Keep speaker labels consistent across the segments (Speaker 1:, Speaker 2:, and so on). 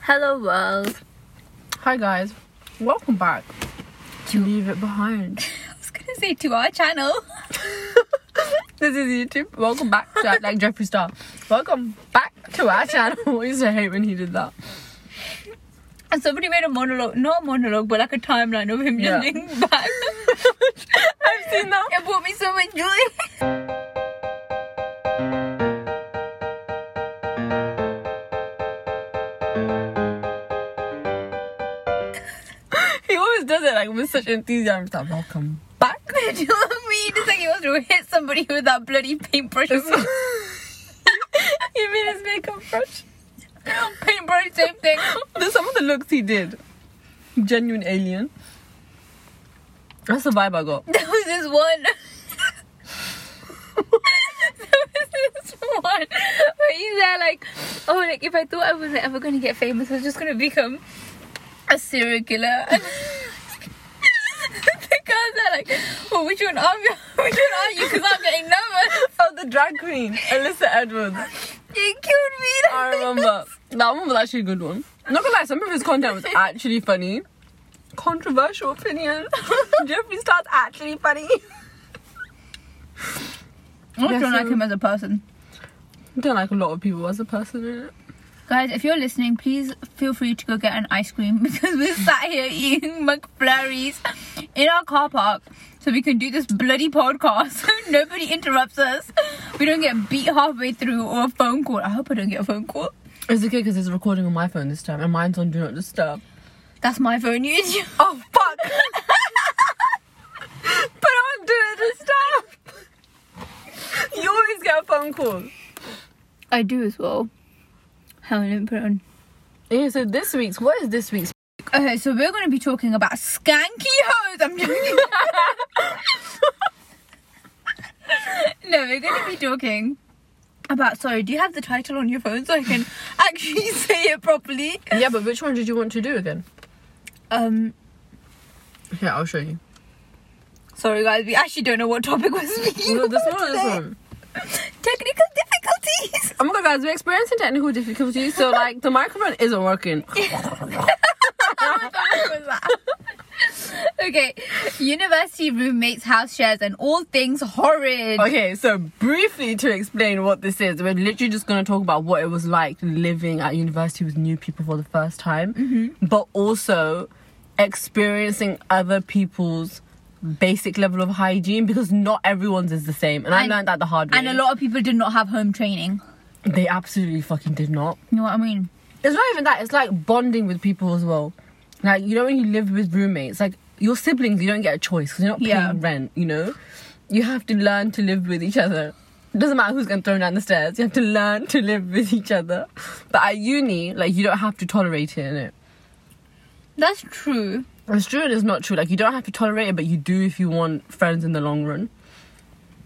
Speaker 1: Hello world.
Speaker 2: Hi guys, welcome back to Leave It Behind.
Speaker 1: I was gonna say to our channel.
Speaker 2: this is YouTube. Welcome back to like Jeffree Star. Welcome back to our channel. I used to hate when he did that.
Speaker 1: And somebody made a monologue, not a monologue, but like a timeline of him
Speaker 2: Yeah.
Speaker 1: just leaning back. I've seen that. It brought me so much joy.
Speaker 2: He always does it like with such enthusiasm. He's like, welcome back.
Speaker 1: Do you know what I mean? It's like he wants to hit somebody with that bloody paintbrush.
Speaker 2: It's-
Speaker 1: you mean his makeup brush? paintbrush, same thing.
Speaker 2: There's some of the looks he did. Genuine alien. That's the vibe I got.
Speaker 1: There was this one. there was this one where he's there like, oh, like if I thought I wasn't ever gonna get famous, I was just gonna become a serial killer. And the guys are like, well, which one are you? Which one are you? Because I'm getting nervous.
Speaker 2: Oh, the drag queen, Alyssa Edwards.
Speaker 1: You killed me.
Speaker 2: I remember. That one was actually a good one. Not gonna lie, some of his content was actually funny. Controversial opinion. Jeffree Star's actually funny.
Speaker 1: I
Speaker 2: Yeah,
Speaker 1: don't like
Speaker 2: so-
Speaker 1: him as a person.
Speaker 2: Don't like a lot of people as a person in it.
Speaker 1: Guys, if you're listening, please feel free to go get an ice cream because we're sat here eating McFlurries in our car park so we can do this bloody podcast so nobody interrupts us. We don't get beat halfway through or a phone call. I hope I don't get a phone call.
Speaker 2: It's okay because it's recording on my phone this time and mine's on Do Not Disturb.
Speaker 1: That's my phone usage.
Speaker 2: Oh fuck! Put on Do Not Disturb! You always get a phone call.
Speaker 1: I do as well. Hang on, let me put it on.
Speaker 2: Yeah, so this week's, what is this week's?
Speaker 1: Okay, so we're going to be talking about skanky hoes. I'm joking. no, we're going to be talking about. Sorry, do you have the title on your phone so I can actually say it properly?
Speaker 2: Yeah, but which one did you want to do again?
Speaker 1: Um,
Speaker 2: Yeah, I'll show you.
Speaker 1: sorry guys, we actually don't know what topic we're speaking
Speaker 2: No, this
Speaker 1: about
Speaker 2: one or this
Speaker 1: today.
Speaker 2: one?
Speaker 1: Technical difficulties.
Speaker 2: Oh my god, guys, we're experiencing technical difficulties, so like the microphone isn't working.
Speaker 1: Oh, okay, university roommates, house shares, and all things horrid.
Speaker 2: Okay, so briefly to explain what this is, we're literally just going to talk about what it was like living at university with new people for the first time, but also experiencing other people's basic level of hygiene because not everyone's is the same, and,
Speaker 1: And-
Speaker 2: I learned that the hard way.
Speaker 1: And a lot of people did not have home training.
Speaker 2: they absolutely fucking did not.
Speaker 1: You know what I mean?
Speaker 2: It's not even that. It's like bonding with people as well. Like you know when you live with roommates, like your siblings, you don't get a choice because you're not paying
Speaker 1: Yeah.
Speaker 2: rent. You know, you have to learn to live with each other. Doesn't matter who's getting thrown down the stairs. You have to learn to live with each other. But at uni, like you don't have to tolerate it. Innit?
Speaker 1: That's true.
Speaker 2: It's true and it's not true. Like you don't have to tolerate it, but you do if you want friends in the long run.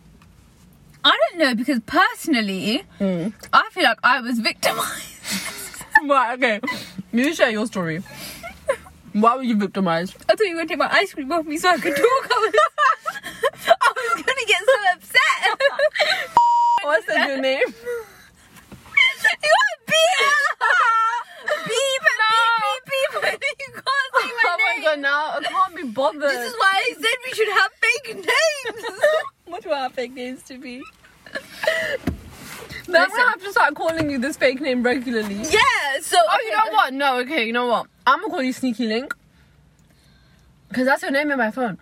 Speaker 1: I don't know because personally, I feel like I was victimized.
Speaker 2: right. Okay. You share your story. Why were you victimized?
Speaker 1: I thought you were gonna take my ice cream off me so I could talk. I was, I was gonna get so upset.
Speaker 2: What's your name?
Speaker 1: you want beep? beep, beep, beep, beep, You can't say my
Speaker 2: oh
Speaker 1: name.
Speaker 2: my god! Now I can't be bothered.
Speaker 1: This is why I said we should have fake names.
Speaker 2: What do I have fake names to be? Then I'm
Speaker 1: Listen.
Speaker 2: gonna have to start calling you this fake name regularly.
Speaker 1: yeah. So.
Speaker 2: Oh, you know what? No, okay, you know what? I'm gonna call you Sneaky Link. Because that's your name in my phone.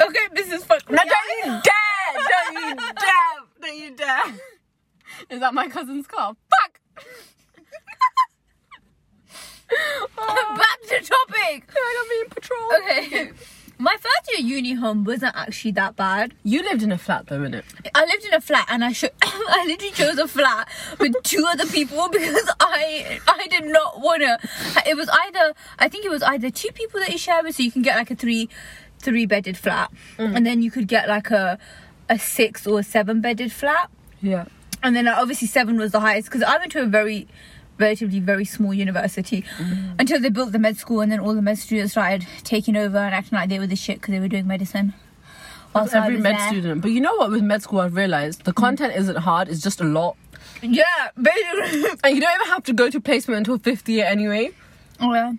Speaker 1: Okay, this is fucking.
Speaker 2: dare! Don't you dare! Don't you dare! Is that my cousin's car? Fuck! oh,
Speaker 1: Back to topic.
Speaker 2: I'm being patrolled.
Speaker 1: Okay. My first year uni home wasn't actually that bad.
Speaker 2: You lived in a flat though, innit?
Speaker 1: I lived in a flat and I should I literally chose a flat with two other people because I I did not wanna it was either I think it was either two people that you share with so you can get like a three three bedded flat and then you could get like a a six or a seven bedded flat
Speaker 2: Yeah.
Speaker 1: and then uh, obviously seven was the highest because I went to a very relatively very small university until they built the med school and then all the med students started taking over and acting like they were the shit because they were doing medicine. Whilst I
Speaker 2: every
Speaker 1: was
Speaker 2: med
Speaker 1: there.
Speaker 2: student. But you know what? With med school, I've realized the content isn't hard. It's just a lot.
Speaker 1: Yeah, basically.
Speaker 2: And you don't even have to go to placement until fifth year anyway.
Speaker 1: Oh, yeah.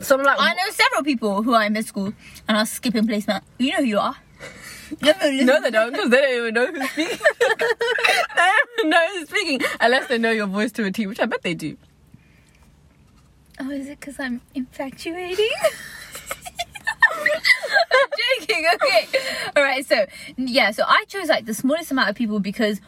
Speaker 2: So I'm like,
Speaker 1: I know several people who are in mid school and are skipping placement. You know who you are.
Speaker 2: No, they don't, because they don't even know who's speaking. they don't even know who's speaking, unless they know your voice to a T, which I bet they do.
Speaker 1: Oh, is it because I'm infatuating? I'm joking. Okay. All right. So yeah. So I chose like the smallest amount of people because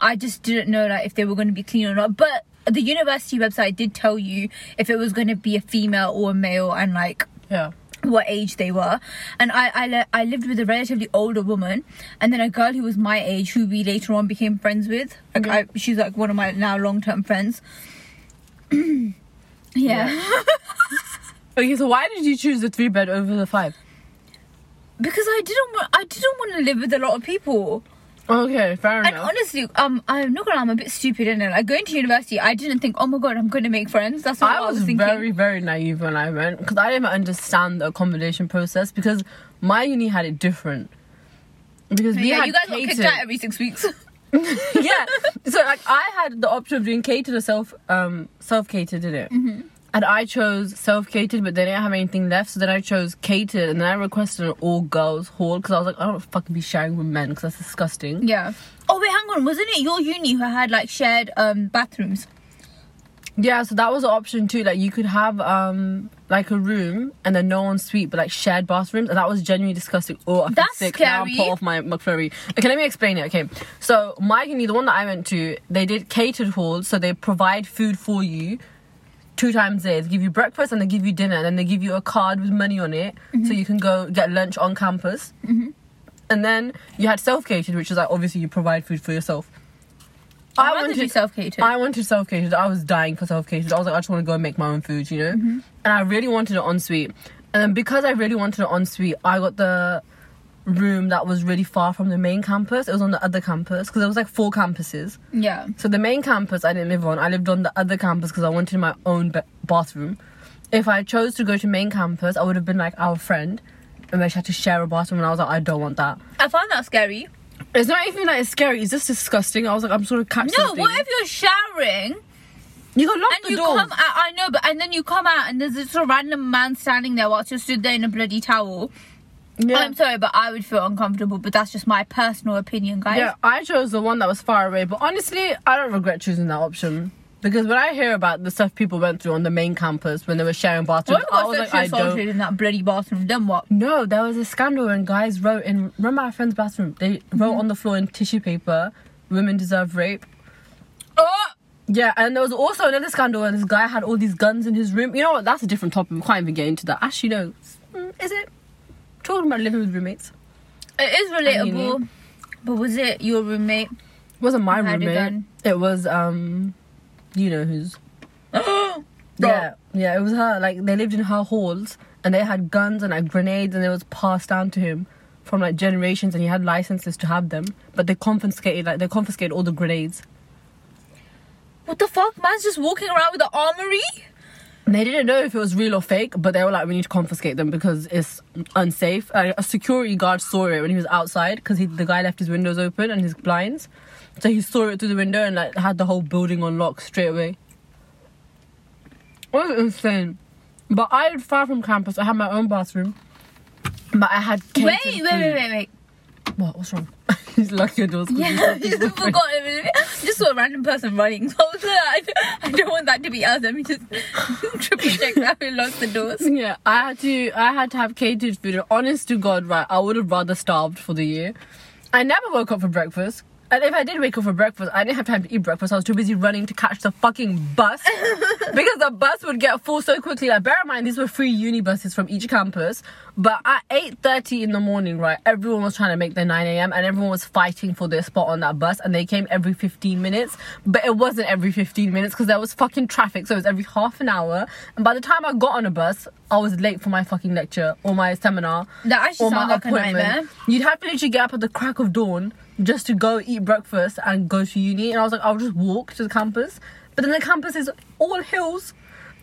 Speaker 1: I just didn't know like if they were going to be clean or not. But the university website did tell you if it was going to be a female or a male and like
Speaker 2: Yeah.
Speaker 1: what age they were and I I, le- I lived with a relatively older woman and then a girl who was my age who we later on became friends with like
Speaker 2: Okay.
Speaker 1: I, she's like one of my now long-term friends yeah.
Speaker 2: Okay, so why did you choose the three bed over the five?
Speaker 1: because I didn't want I didn't want to live with a lot of people
Speaker 2: Okay, fair
Speaker 1: and
Speaker 2: enough.
Speaker 1: honestly um I'm not gonna lie, I'm a bit stupid in it like going to university I didn't think oh my god I'm gonna make friends that's not
Speaker 2: I
Speaker 1: what I
Speaker 2: was
Speaker 1: was thinking
Speaker 2: very, very naive when I went because I didn't understand the accommodation process because my uni had it different. Because we
Speaker 1: yeah
Speaker 2: had
Speaker 1: you guys got kicked
Speaker 2: catered.
Speaker 1: out every six weeks
Speaker 2: yeah. So like I had the option of doing catered or self um self catered, did it? Mm-hmm. And I chose self catered, but they didn't have anything left. So then I chose catered, and then I requested an all girls hall because I was like, I don't wanna fucking be sharing with men because that's disgusting.
Speaker 1: yeah oh wait hang on wasn't it your uni who had like shared um bathrooms
Speaker 2: Yeah. So that was an option too. Like you could have um like a room and then no one's suite, but like shared bathrooms, and that was genuinely disgusting. Oh, I feel
Speaker 1: That's
Speaker 2: sick now. I'm
Speaker 1: scary.
Speaker 2: part of my McFlurry. Okay, let me explain it. Okay. So my uni, the one that I went to, they did catered halls, so they provide food for you. two times a day. They give you breakfast and they give you dinner, and then they give you a card with money on it,
Speaker 1: Mm-hmm.
Speaker 2: so you can go get lunch on campus. Mm-hmm. And then you had self catered, which is like obviously you provide food for yourself.
Speaker 1: I'd rather do self-catered.
Speaker 2: I wanted self catered. I was dying for self catered. I was like, I just want to go and make my own food, you know. And I really wanted an ensuite. And then because I really wanted an ensuite, I got the room that was really far from the main campus. It was on the other campus because there was like four campuses.
Speaker 1: yeah
Speaker 2: So the main campus I didn't live on. I lived on the other campus because I wanted my own ba- bathroom. If I chose to go to main campus, I would have been like our friend, and we had to share a bathroom. And I was like, I don't want that.
Speaker 1: I found that scary.
Speaker 2: It's not even like it's scary. It's just disgusting. I was like, I'm sort of catch
Speaker 1: No,
Speaker 2: something.
Speaker 1: what if you're showering
Speaker 2: you got lock
Speaker 1: and
Speaker 2: the
Speaker 1: you
Speaker 2: doors.
Speaker 1: come out? I know, but and then you come out and there's this sort of random man standing there whilst you stood there in a bloody towel.
Speaker 2: yeah.
Speaker 1: I'm sorry, but I would feel uncomfortable. But that's just my personal opinion, guys.
Speaker 2: yeah, I chose the one that was far away. But honestly, I don't regret choosing that option. Because when I hear about the stuff people went through on the main campus when they were sharing
Speaker 1: What
Speaker 2: bathrooms,
Speaker 1: if I
Speaker 2: I
Speaker 1: got
Speaker 2: was like,
Speaker 1: sexually
Speaker 2: I
Speaker 1: assaulted
Speaker 2: don't.
Speaker 1: in that bloody bathroom? Then what?
Speaker 2: No, there was a scandal when guys wrote in. Remember our friend's bathroom? They wrote on the floor in tissue paper, "Women deserve rape."
Speaker 1: Oh,
Speaker 2: Yeah, and there was also another scandal where this guy had all these guns in his room. You know what? That's a different topic. We can't even get into that. Actually, no. Mm, Is it talking about living with roommates?
Speaker 1: it is relatable.
Speaker 2: uni.
Speaker 1: But was it your roommate?
Speaker 2: It wasn't my
Speaker 1: Had a
Speaker 2: roommate.
Speaker 1: gun.
Speaker 2: It was um, you know who's. Yeah, yeah, it was her. Like they lived in her halls, and they had guns and like grenades, and it was passed down to him from like generations, and he had licenses to have them, but they confiscated like they confiscated all the grenades.
Speaker 1: What the fuck? Man's just walking around with an armory.
Speaker 2: And they didn't know if it was real or fake, but they were like, "We need to confiscate them because it's unsafe." Like, a security guard saw it when he was outside because the guy left his windows open and his blinds, so he saw it through the window and like had the whole building on lock straight away. It was insane. But I lived far from campus. I had my own bathroom, but I had catered
Speaker 1: Wait, wait, wait,
Speaker 2: food.
Speaker 1: wait, wait.
Speaker 2: What? What's wrong? He's lucky your door's
Speaker 1: Yeah, just forgot. Just saw a random person running. So I was like, I don't want that to be us. Let me just triple check that we locked the doors.
Speaker 2: Yeah, I had to I had to have catered food. And honest to God, right, I would have rather starved for the year. I never woke up for breakfast. And if I did wake up for breakfast, I didn't have time to eat breakfast. I was too busy running to catch the fucking bus because the bus would get full so quickly. Like, bear in mind, these were free uni buses from each campus. But at eight thirty in the morning, right, everyone was trying to make their nine a.m. and everyone was fighting for their spot on that bus. And they came every fifteen minutes, but it wasn't every fifteen minutes because there was fucking traffic. So it was every half an hour. And by the time I got on a bus, I was late for my fucking lecture or my seminar
Speaker 1: That actually
Speaker 2: or my
Speaker 1: sounds like a
Speaker 2: appointment.
Speaker 1: nightmare.
Speaker 2: You'd have to literally get up at the crack of dawn just to go eat breakfast and go to uni. And I was like, I'll just walk to the campus. But then the campus is all hills.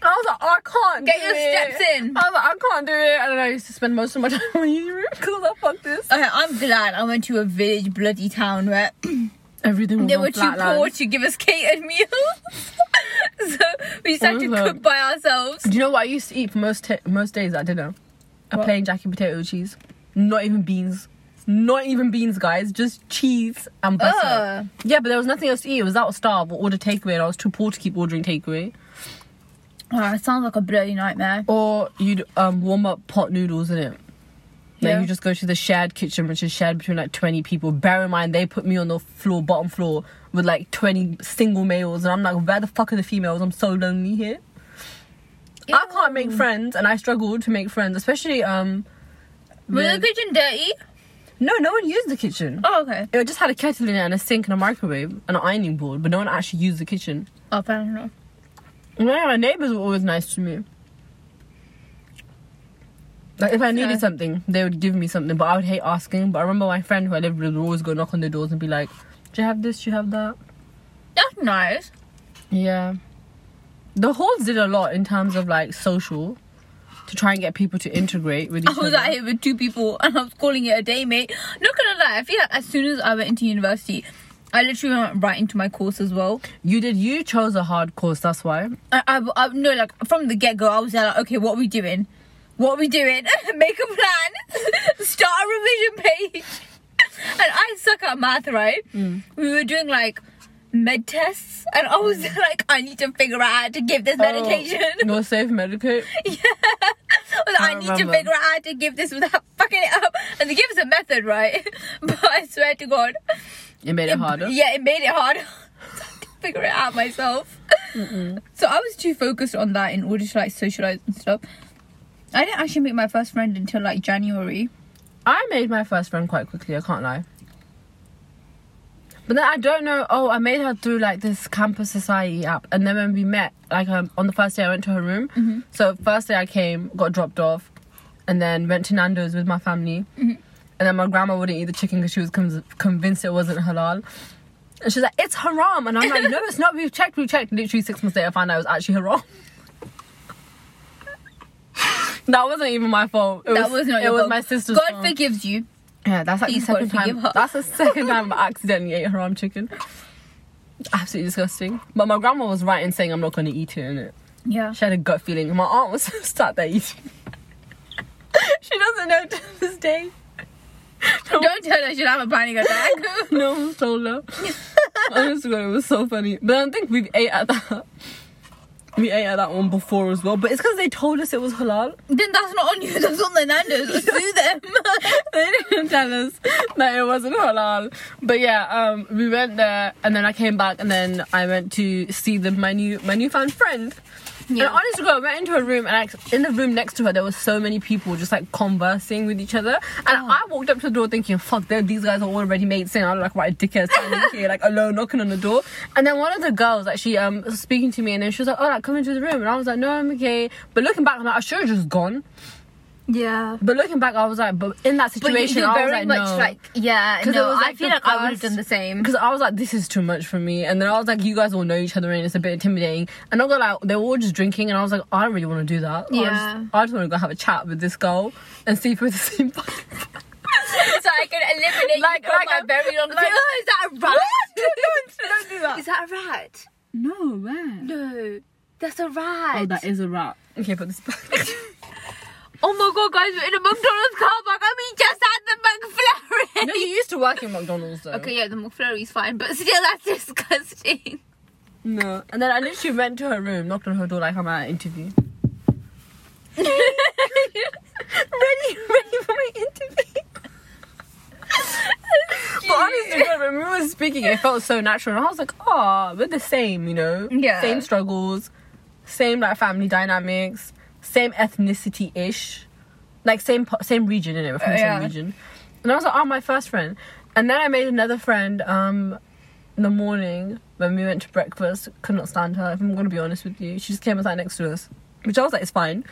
Speaker 2: And I was like, I can't
Speaker 1: Get
Speaker 2: do
Speaker 1: your
Speaker 2: it.
Speaker 1: steps in.
Speaker 2: I was like, I can't do it. And then I used to spend most of my time in my uni room because I was like, fuck this.
Speaker 1: Okay, I'm glad I went to a village bloody town where
Speaker 2: Everything was
Speaker 1: They
Speaker 2: on
Speaker 1: were too
Speaker 2: flat
Speaker 1: poor
Speaker 2: land.
Speaker 1: to give us catered meals. so we just had to
Speaker 2: Awesome.
Speaker 1: cook by ourselves.
Speaker 2: Do you know what I used to eat for most ta most days at dinner? A
Speaker 1: What?
Speaker 2: plain jacket potato with cheese. Not even beans. Not even beans, guys. Just cheese and butter.
Speaker 1: Ugh.
Speaker 2: Yeah, but there was nothing else to eat. It was out of starve or order takeaway, and I was too poor to keep ordering takeaway.
Speaker 1: Oh, it sounds like a bloody nightmare.
Speaker 2: Or you'd um, warm up pot noodles in it. Like
Speaker 1: Yeah.
Speaker 2: you just go to the shared kitchen, which is shared between like 20 people. Bear in mind, they put me on the floor, bottom floor, with like 20 single males, and I'm like, where the fuck are the females? I'm so lonely here. I can't make friends, and I struggle to make friends, especially um.
Speaker 1: Was
Speaker 2: with-
Speaker 1: the kitchen dirty?
Speaker 2: no, no one used the kitchen.
Speaker 1: Oh, okay.
Speaker 2: It just had a kettle in it and a sink and a microwave and an ironing board, but no one actually used the kitchen.
Speaker 1: Oh, fair enough.
Speaker 2: And then my neighbors were always nice to me. Like if I needed
Speaker 1: Yeah.
Speaker 2: something, they would give me something, but I would hate asking. But I remember my friend who I lived with would always go knock on the doors and be like, "Do you have this? Do you have that?"
Speaker 1: That's nice.
Speaker 2: Yeah. The halls did a lot in terms of like social, to try and get people to integrate with each
Speaker 1: I was
Speaker 2: other.
Speaker 1: out here with two people and I was calling it a day, mate. Not gonna lie, I feel like as soon as I went into university, I literally went right into my course as well.
Speaker 2: You did. You chose a hard course. That's why.
Speaker 1: I, I, I no, like from the get go, I was there like, okay, what are we doing? What are we doing? Make a plan. Start a revision page. and I suck at math, right?
Speaker 2: Mm.
Speaker 1: We were doing like med tests, and I was like, I need to figure out how to give this medication.
Speaker 2: Oh, no safe medicate.
Speaker 1: I was like,
Speaker 2: I
Speaker 1: I need to
Speaker 2: remember.
Speaker 1: figure out how to give this without fucking it up. And they gave us a method, right? but I swear to God,
Speaker 2: It made it harder.
Speaker 1: yeah, it made it harder. So I had to figure it out myself. So I was too focused on that in order to like socialize and stuff. I didn't actually meet my first friend until like January.
Speaker 2: I made my first friend quite quickly, I can't lie. But then I don't know. Oh, I made her through like this campus society app, and then when we met, like um, on the first day, I went to her room.
Speaker 1: Mm-hmm.
Speaker 2: So first day I came, got dropped off, and then went to Nando's with my family.
Speaker 1: Mm-hmm.
Speaker 2: And then my grandma wouldn't eat the chicken because she was con- convinced it wasn't halal. And she's like, "It's haram," and I'm like, "No, it's not. We've checked. We've checked." Literally six months later, I found out it was actually haram. that wasn't even my fault. It
Speaker 1: that was not
Speaker 2: It
Speaker 1: your
Speaker 2: was
Speaker 1: fault.
Speaker 2: my sister's
Speaker 1: God
Speaker 2: fault.
Speaker 1: forgives you.
Speaker 2: Yeah, that's like
Speaker 1: Please
Speaker 2: the
Speaker 1: God
Speaker 2: second
Speaker 1: forgive
Speaker 2: time.
Speaker 1: her.
Speaker 2: That's the second time I accidentally ate haram chicken. Absolutely disgusting. But my grandma was right in saying I'm not going to eat it. Innit?
Speaker 1: Yeah.
Speaker 2: She had a gut feeling. My aunt was sat there eating. she doesn't know to this day.
Speaker 1: Don't tell her she'll have a panic attack.
Speaker 2: No one told her. Honest to God, it was so funny. But I think we've ate at that. We ate at that one before as well. But it's because they told us it was halal.
Speaker 1: then that's not on you. That's on the Nando's. Sue them.
Speaker 2: they didn't tell us that it wasn't halal. But yeah, um, we went there, and then I came back, and then I went to see the my new my newfound friend.
Speaker 1: Yeah.
Speaker 2: And honestly, I went into her room, and I, in the room next to her, there were so many people just like conversing with each other. And
Speaker 1: Oh.
Speaker 2: I walked up to the door thinking, "Fuck, they're- these guys are already mates." And I'm like, "What a dickhead standing here, like alone, knocking on the door." And then one of the girls, like, she um was speaking to me, and then she was like, "Oh, like come into the room," and I was like, "No, I'm okay." But looking back, I'm like, I should have just gone.
Speaker 1: yeah.
Speaker 2: But looking back, I was like, but in that
Speaker 1: But you
Speaker 2: situation,
Speaker 1: do
Speaker 2: I
Speaker 1: very
Speaker 2: was like,
Speaker 1: much
Speaker 2: no.
Speaker 1: like yeah.
Speaker 2: 'Cause it
Speaker 1: No,
Speaker 2: was,
Speaker 1: I
Speaker 2: like,
Speaker 1: feel
Speaker 2: the
Speaker 1: like I would have
Speaker 2: first-
Speaker 1: done the same.
Speaker 2: because I was like, this is too much for me. And then I was like, you guys all know each other and it's a bit intimidating. And I got like, they were all just drinking, and I was like, I don't really want to do that. I
Speaker 1: Yeah.
Speaker 2: just, I just want to go have a chat with this girl and see if we're the same. vibe.
Speaker 1: so I can eliminate
Speaker 2: Like-
Speaker 1: you from
Speaker 2: like
Speaker 1: my
Speaker 2: a-
Speaker 1: buried on the
Speaker 2: like-
Speaker 1: Oh, is that a rat?
Speaker 2: don't do that.
Speaker 1: is that a rat?
Speaker 2: No, man.
Speaker 1: No, that's a rat.
Speaker 2: Oh, is a wrap. Okay, put this back.
Speaker 1: Oh my god, guys, we're in a McDonald's car park. I mean, just had the McFlurry.
Speaker 2: no, you used to work in McDonald's though.
Speaker 1: Okay, yeah, the McFlurry's fine, but still, that's disgusting.
Speaker 2: No. And then I literally went to her room, knocked on her door like I'm at an interview. ready, ready for my interview. but honestly, God, when we were speaking, it felt so natural, and I was like, "Ah, we're the same, you know?
Speaker 1: Yeah.
Speaker 2: Same struggles, same like family dynamics, same ethnicity ish, like same po- same region in it, from the
Speaker 1: yeah.
Speaker 2: same region." And I was like, "Oh, my first friend," and then I made another friend. Um, in the morning when we went to breakfast, could not stand her. If I'm gonna be honest with you, she just came and sat next to us, which I was like, "It's fine."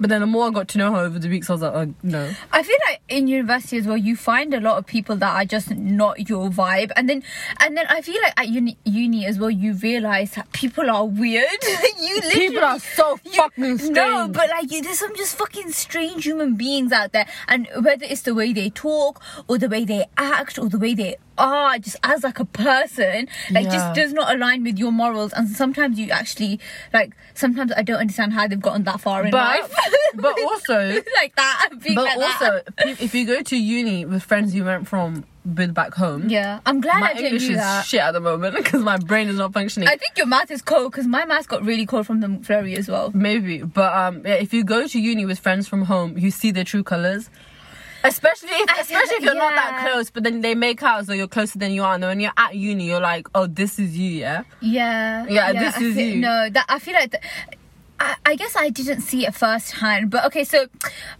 Speaker 2: But then the more I got to know her over the weeks, I was like, "Oh no."
Speaker 1: I feel like in university as well, you find a lot of people that are just not your vibe, and then and then I feel like at uni, uni as well, you realize that people are weird. you literally,
Speaker 2: People are so
Speaker 1: you-
Speaker 2: fucking strange.
Speaker 1: No, but like you, there's some just fucking strange human beings out there, and whether it's the way they talk or the way they act or the way they are just as like a person like
Speaker 2: Yeah.
Speaker 1: just does not align with your morals and sometimes you actually like sometimes i don't understand how they've gotten that far in
Speaker 2: But
Speaker 1: life
Speaker 2: but also
Speaker 1: like that being
Speaker 2: but
Speaker 1: like that.
Speaker 2: also if- if you go to uni with friends you went from with back home,
Speaker 1: yeah i'm glad
Speaker 2: my
Speaker 1: i didn't
Speaker 2: English
Speaker 1: do
Speaker 2: is
Speaker 1: that
Speaker 2: shit at the moment because my brain is not functioning.
Speaker 1: i think your math is cold because my math got really cold from the McFlurry as well
Speaker 2: Maybe, but um, yeah, if you go to uni with friends from home, you see their true colors. Especially if,
Speaker 1: I-
Speaker 2: especially if you're not that
Speaker 1: yeah.
Speaker 2: close, but then they make out, so you're closer than you are. And then when you're at uni, you're like, oh, this is you, yeah.
Speaker 1: Yeah.
Speaker 2: Yeah, this
Speaker 1: I
Speaker 2: is
Speaker 1: feel-
Speaker 2: you.
Speaker 1: No, that I feel like. th- I, I guess I didn't see it firsthand, but okay. So,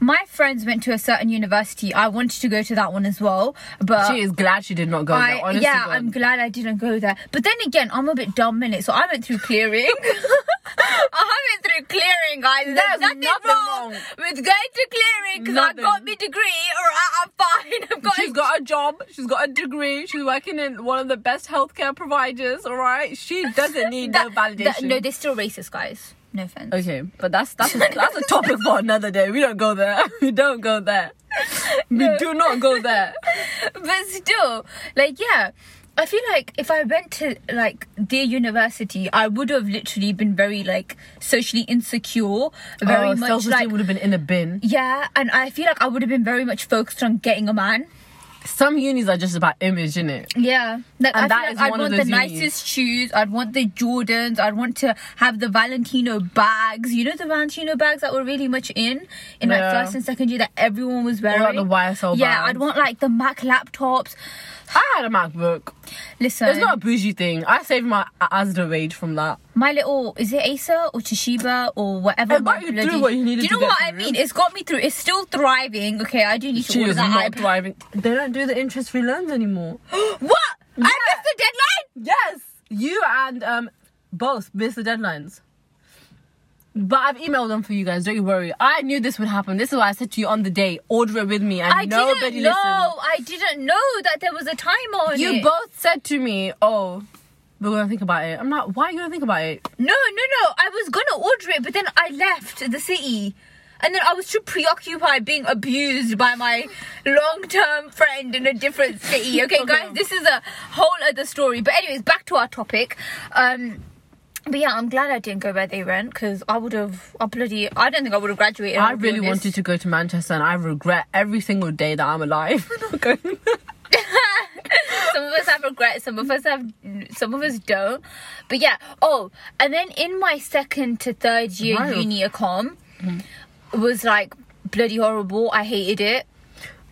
Speaker 1: my friends went to a certain university. I wanted to go to that one as well, but
Speaker 2: she is glad she did not go there.
Speaker 1: Uh, I
Speaker 2: Honestly,
Speaker 1: yeah, I'm glad I didn't go there. But then again, I'm a bit dumb in it, so I went through clearing. I went through clearing, guys. There's,
Speaker 2: There's
Speaker 1: nothing,
Speaker 2: nothing
Speaker 1: wrong,
Speaker 2: wrong.
Speaker 1: with going to clearing because I
Speaker 2: Nothing.
Speaker 1: got my degree. Or I'm fine. I've got
Speaker 2: she's
Speaker 1: a
Speaker 2: got a job. She's got a degree. She's working in one of the best healthcare providers. All right, she doesn't need
Speaker 1: that-
Speaker 2: no validation.
Speaker 1: that- no, they're still racist, guys. No offense.
Speaker 2: Okay, but that's that's a, that's a topic for another day. We don't go there. We don't go there. We do not go there.
Speaker 1: but still, like, yeah. I feel like if I went to like their university, I would have literally been very like socially insecure, very
Speaker 2: oh,
Speaker 1: much
Speaker 2: self-esteem
Speaker 1: like
Speaker 2: would have been in a bin.
Speaker 1: yeah, and I feel like I would have been very much focused on getting a man.
Speaker 2: Some unis are just about image, innit?
Speaker 1: Yeah, like
Speaker 2: And
Speaker 1: I
Speaker 2: that
Speaker 1: feel
Speaker 2: is
Speaker 1: like I'd
Speaker 2: one of
Speaker 1: want the
Speaker 2: those unis.
Speaker 1: nicest shoes. I'd want the Jordans. I'd want to have the Valentino bags. You know the Valentino bags that were really much in in like
Speaker 2: Yeah.
Speaker 1: first and second year that everyone was wearing.
Speaker 2: the YSL
Speaker 1: Yeah,
Speaker 2: bags.
Speaker 1: I'd want like the Mac laptops.
Speaker 2: I had a MacBook.
Speaker 1: Listen,
Speaker 2: It's not a bougie thing. I saved my A- Asda wage from that.
Speaker 1: My little oh, is it Acer or Toshiba or whatever.
Speaker 2: It
Speaker 1: my
Speaker 2: got you
Speaker 1: bloody-
Speaker 2: through what you
Speaker 1: Do
Speaker 2: needed
Speaker 1: you
Speaker 2: to
Speaker 1: know
Speaker 2: get
Speaker 1: what I
Speaker 2: through.
Speaker 1: mean? It's got me through. It's still thriving. Okay, I do need to
Speaker 2: She
Speaker 1: order
Speaker 2: was
Speaker 1: that
Speaker 2: not
Speaker 1: iPad.
Speaker 2: thriving. They don't do the interest-free loans anymore.
Speaker 1: What? I missed the deadline.
Speaker 2: yes, you and um both missed the deadlines. But I've emailed them for you guys. Don't you worry. I knew this would happen. This is why I said to you on the day, order it with me, and
Speaker 1: I
Speaker 2: nobody
Speaker 1: didn't know.
Speaker 2: listened.
Speaker 1: I didn't know that there was a time on
Speaker 2: You
Speaker 1: it.
Speaker 2: both said to me, "Oh, we're gonna think about it." I'm not. Why are you gonna think about it?
Speaker 1: no, no, no. I was gonna order it, but then I left the city. And then I was too preoccupied being abused by my long-term friend in a different city. Okay,
Speaker 2: Okay.
Speaker 1: guys, this is a whole other story. But anyways, back to our topic. Um, But yeah, I'm glad I didn't go where they went because I would have. I bloody. I don't think I would have graduated.
Speaker 2: I really wanted to go to Manchester, and I regret every single day that I'm alive. not going there.
Speaker 1: Some of us have regrets. Some of us have. Some of us don't. But yeah. Oh, and then in my second to third year
Speaker 2: Wow.
Speaker 1: uni econ
Speaker 2: Hmm.
Speaker 1: was like bloody horrible. I hated it.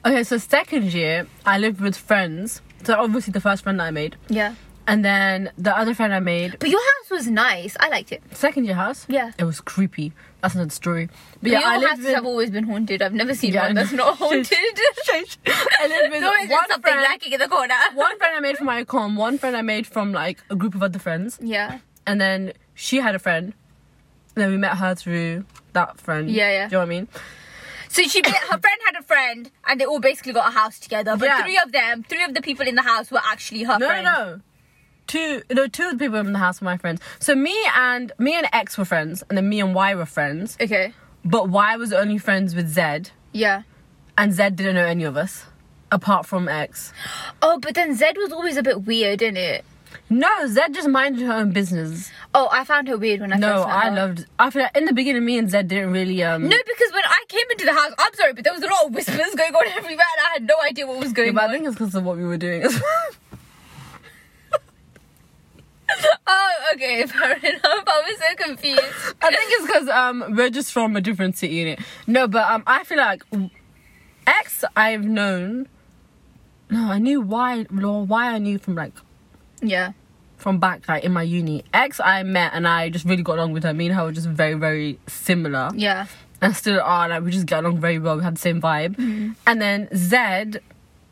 Speaker 2: Okay, so second year, I lived with friends. So obviously, the first friend that I made,
Speaker 1: Yeah.
Speaker 2: and then the other friend I made,
Speaker 1: But your house was nice. I liked it.
Speaker 2: second year house.
Speaker 1: Yeah.
Speaker 2: it was creepy. That's another story. But
Speaker 1: Yeah,
Speaker 2: yeah,
Speaker 1: your
Speaker 2: I lived
Speaker 1: houses
Speaker 2: with.
Speaker 1: have always been haunted. I've never seen
Speaker 2: Yeah, I
Speaker 1: one that's
Speaker 2: know.
Speaker 1: not haunted.
Speaker 2: I lived
Speaker 1: There's
Speaker 2: with
Speaker 1: always
Speaker 2: one
Speaker 1: something
Speaker 2: friend.
Speaker 1: lacking in the corner.
Speaker 2: one friend I made from my com, one friend I made from like a group of other friends.
Speaker 1: Yeah.
Speaker 2: and then she had a friend. Then we met her through that friend.
Speaker 1: Yeah, yeah.
Speaker 2: Do you know what I mean?
Speaker 1: So she, her friend had a friend, and they all basically got a house together. But
Speaker 2: Yeah.
Speaker 1: three of them, three of the people in the house were actually her
Speaker 2: No,
Speaker 1: friends.
Speaker 2: no, no. Two, no, two of the people in the house were my friends. So me and me and X were friends, and then me and Y were friends.
Speaker 1: Okay.
Speaker 2: But Y was only friends with Z,
Speaker 1: Yeah.
Speaker 2: and Z didn't know any of us apart from X.
Speaker 1: Oh, but then Zed was always a bit weird, didn't it?
Speaker 2: No, Z just minded her own business.
Speaker 1: Oh, I found her weird when I
Speaker 2: No,
Speaker 1: first met
Speaker 2: I
Speaker 1: her.
Speaker 2: loved. I feel like in the beginning, me and Z didn't really um.
Speaker 1: No, because when I came into the house, I'm sorry, but there was a lot of whispers going on everywhere, and I had no idea what was
Speaker 2: Yeah,
Speaker 1: going
Speaker 2: but I
Speaker 1: on.
Speaker 2: think it's because of what we were doing. as well.
Speaker 1: Oh, okay, fair enough. I was so confused.
Speaker 2: I think it's because um we're just from a different city unit. No, but um I feel like X I've known. No, I knew why. Well, why I knew from like
Speaker 1: Yeah.
Speaker 2: from back like in my uni. X I met and I just really got along with her. Me and her were just very very similar
Speaker 1: Yeah.
Speaker 2: and still are like we just get along very well. We had the same vibe. And then Z,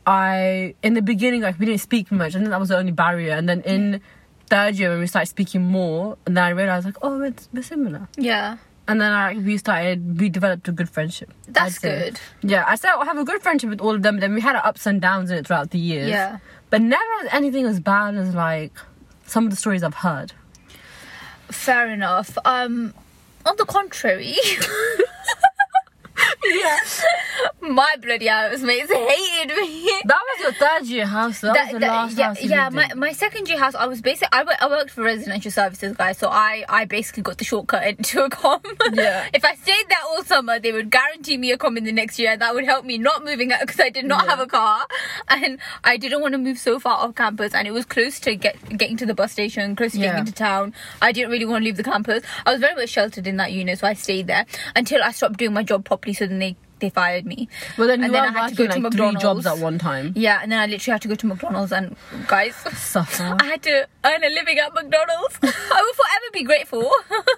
Speaker 2: I in the beginning like we didn't speak much, and then that was the only barrier. And then in third year when we started speaking more, and then I realized like oh it's we're similar
Speaker 1: Yeah.
Speaker 2: and then like we started we developed a good friendship
Speaker 1: That's
Speaker 2: I'd say.
Speaker 1: good.
Speaker 2: yeah i said i have a good friendship with all of them but then we had our ups and downs in it throughout the years
Speaker 1: Yeah.
Speaker 2: but never anything as bad as like some of the stories i've heard
Speaker 1: Fair enough. Um, on the contrary.
Speaker 2: yeah
Speaker 1: my bloody house mates hated me.
Speaker 2: That was your third year house. That, was the last
Speaker 1: yeah,
Speaker 2: house. You
Speaker 1: yeah
Speaker 2: lived
Speaker 1: my,
Speaker 2: in.
Speaker 1: my second year house, I was basically, I, wo- I worked for residential services, guys, so I, I basically got the shortcut into a com.
Speaker 2: Yeah.
Speaker 1: if I stayed there all summer, they would guarantee me a com in the next year. That would help me not moving out because I did not
Speaker 2: Yeah.
Speaker 1: have a car. And I didn't want to move so far off campus, and it was close to get, getting to the bus station, close to
Speaker 2: Yeah.
Speaker 1: getting into town. I didn't really want to leave the campus. I was very well sheltered in that unit, so I stayed there until I stopped doing my job properly, so then they, they fired me.
Speaker 2: Well, then you
Speaker 1: and
Speaker 2: were
Speaker 1: then I
Speaker 2: working
Speaker 1: had to go
Speaker 2: like
Speaker 1: to
Speaker 2: three
Speaker 1: McDonald's.
Speaker 2: jobs at one time.
Speaker 1: Yeah, and then I literally had to go to McDonald's and guys,
Speaker 2: Suffer.
Speaker 1: I had to earn a living at McDonald's. I will forever be grateful.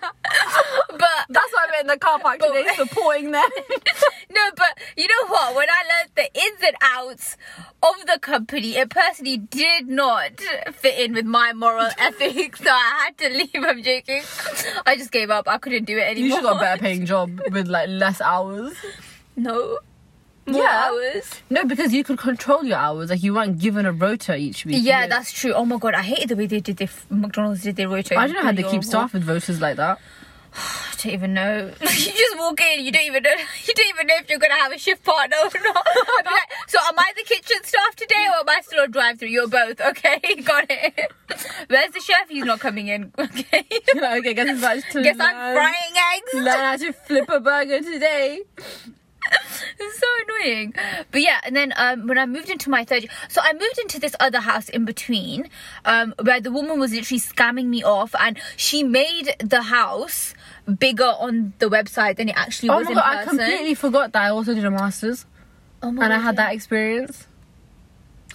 Speaker 1: but
Speaker 2: That's why we're in the car park
Speaker 1: But-
Speaker 2: today, supporting them.
Speaker 1: no, but you know what? When I learned the ins and outs of the company, it personally did not fit in with my moral ethics, so I had to leave. I'm joking. I just gave up. I couldn't do it anymore.
Speaker 2: you should got a better paying job with like less hours.
Speaker 1: No. More
Speaker 2: Yeah.
Speaker 1: hours.
Speaker 2: No, because you could control your hours. Like you weren't given a rota each week.
Speaker 1: Yeah, that's true. Oh my god, I hated the way they did their McDonald's did their rotation.
Speaker 2: I don't know how they keep staff with voters like that.
Speaker 1: I don't even know. you just walk in, you don't even know. You don't even know if you're gonna have a shift partner or not. I'd be like, so am I the kitchen staff today, or am I still on drive-through? You're both, okay? Got it. Where's the chef? He's not coming in. Okay.
Speaker 2: Like, okay, guess it's about to
Speaker 1: Guess I'm
Speaker 2: learn-
Speaker 1: frying eggs.
Speaker 2: Learn how to flip a burger today.
Speaker 1: It's so annoying. But yeah, and then um, when I moved into my third, so I moved into this other house in between, um, where the woman was literally scamming me off, and she made the house bigger on the website than it actually
Speaker 2: Oh
Speaker 1: was
Speaker 2: my
Speaker 1: in
Speaker 2: god, I
Speaker 1: person.
Speaker 2: completely forgot that I also did a masters
Speaker 1: oh my
Speaker 2: and I
Speaker 1: God,
Speaker 2: had
Speaker 1: yeah.
Speaker 2: that experience.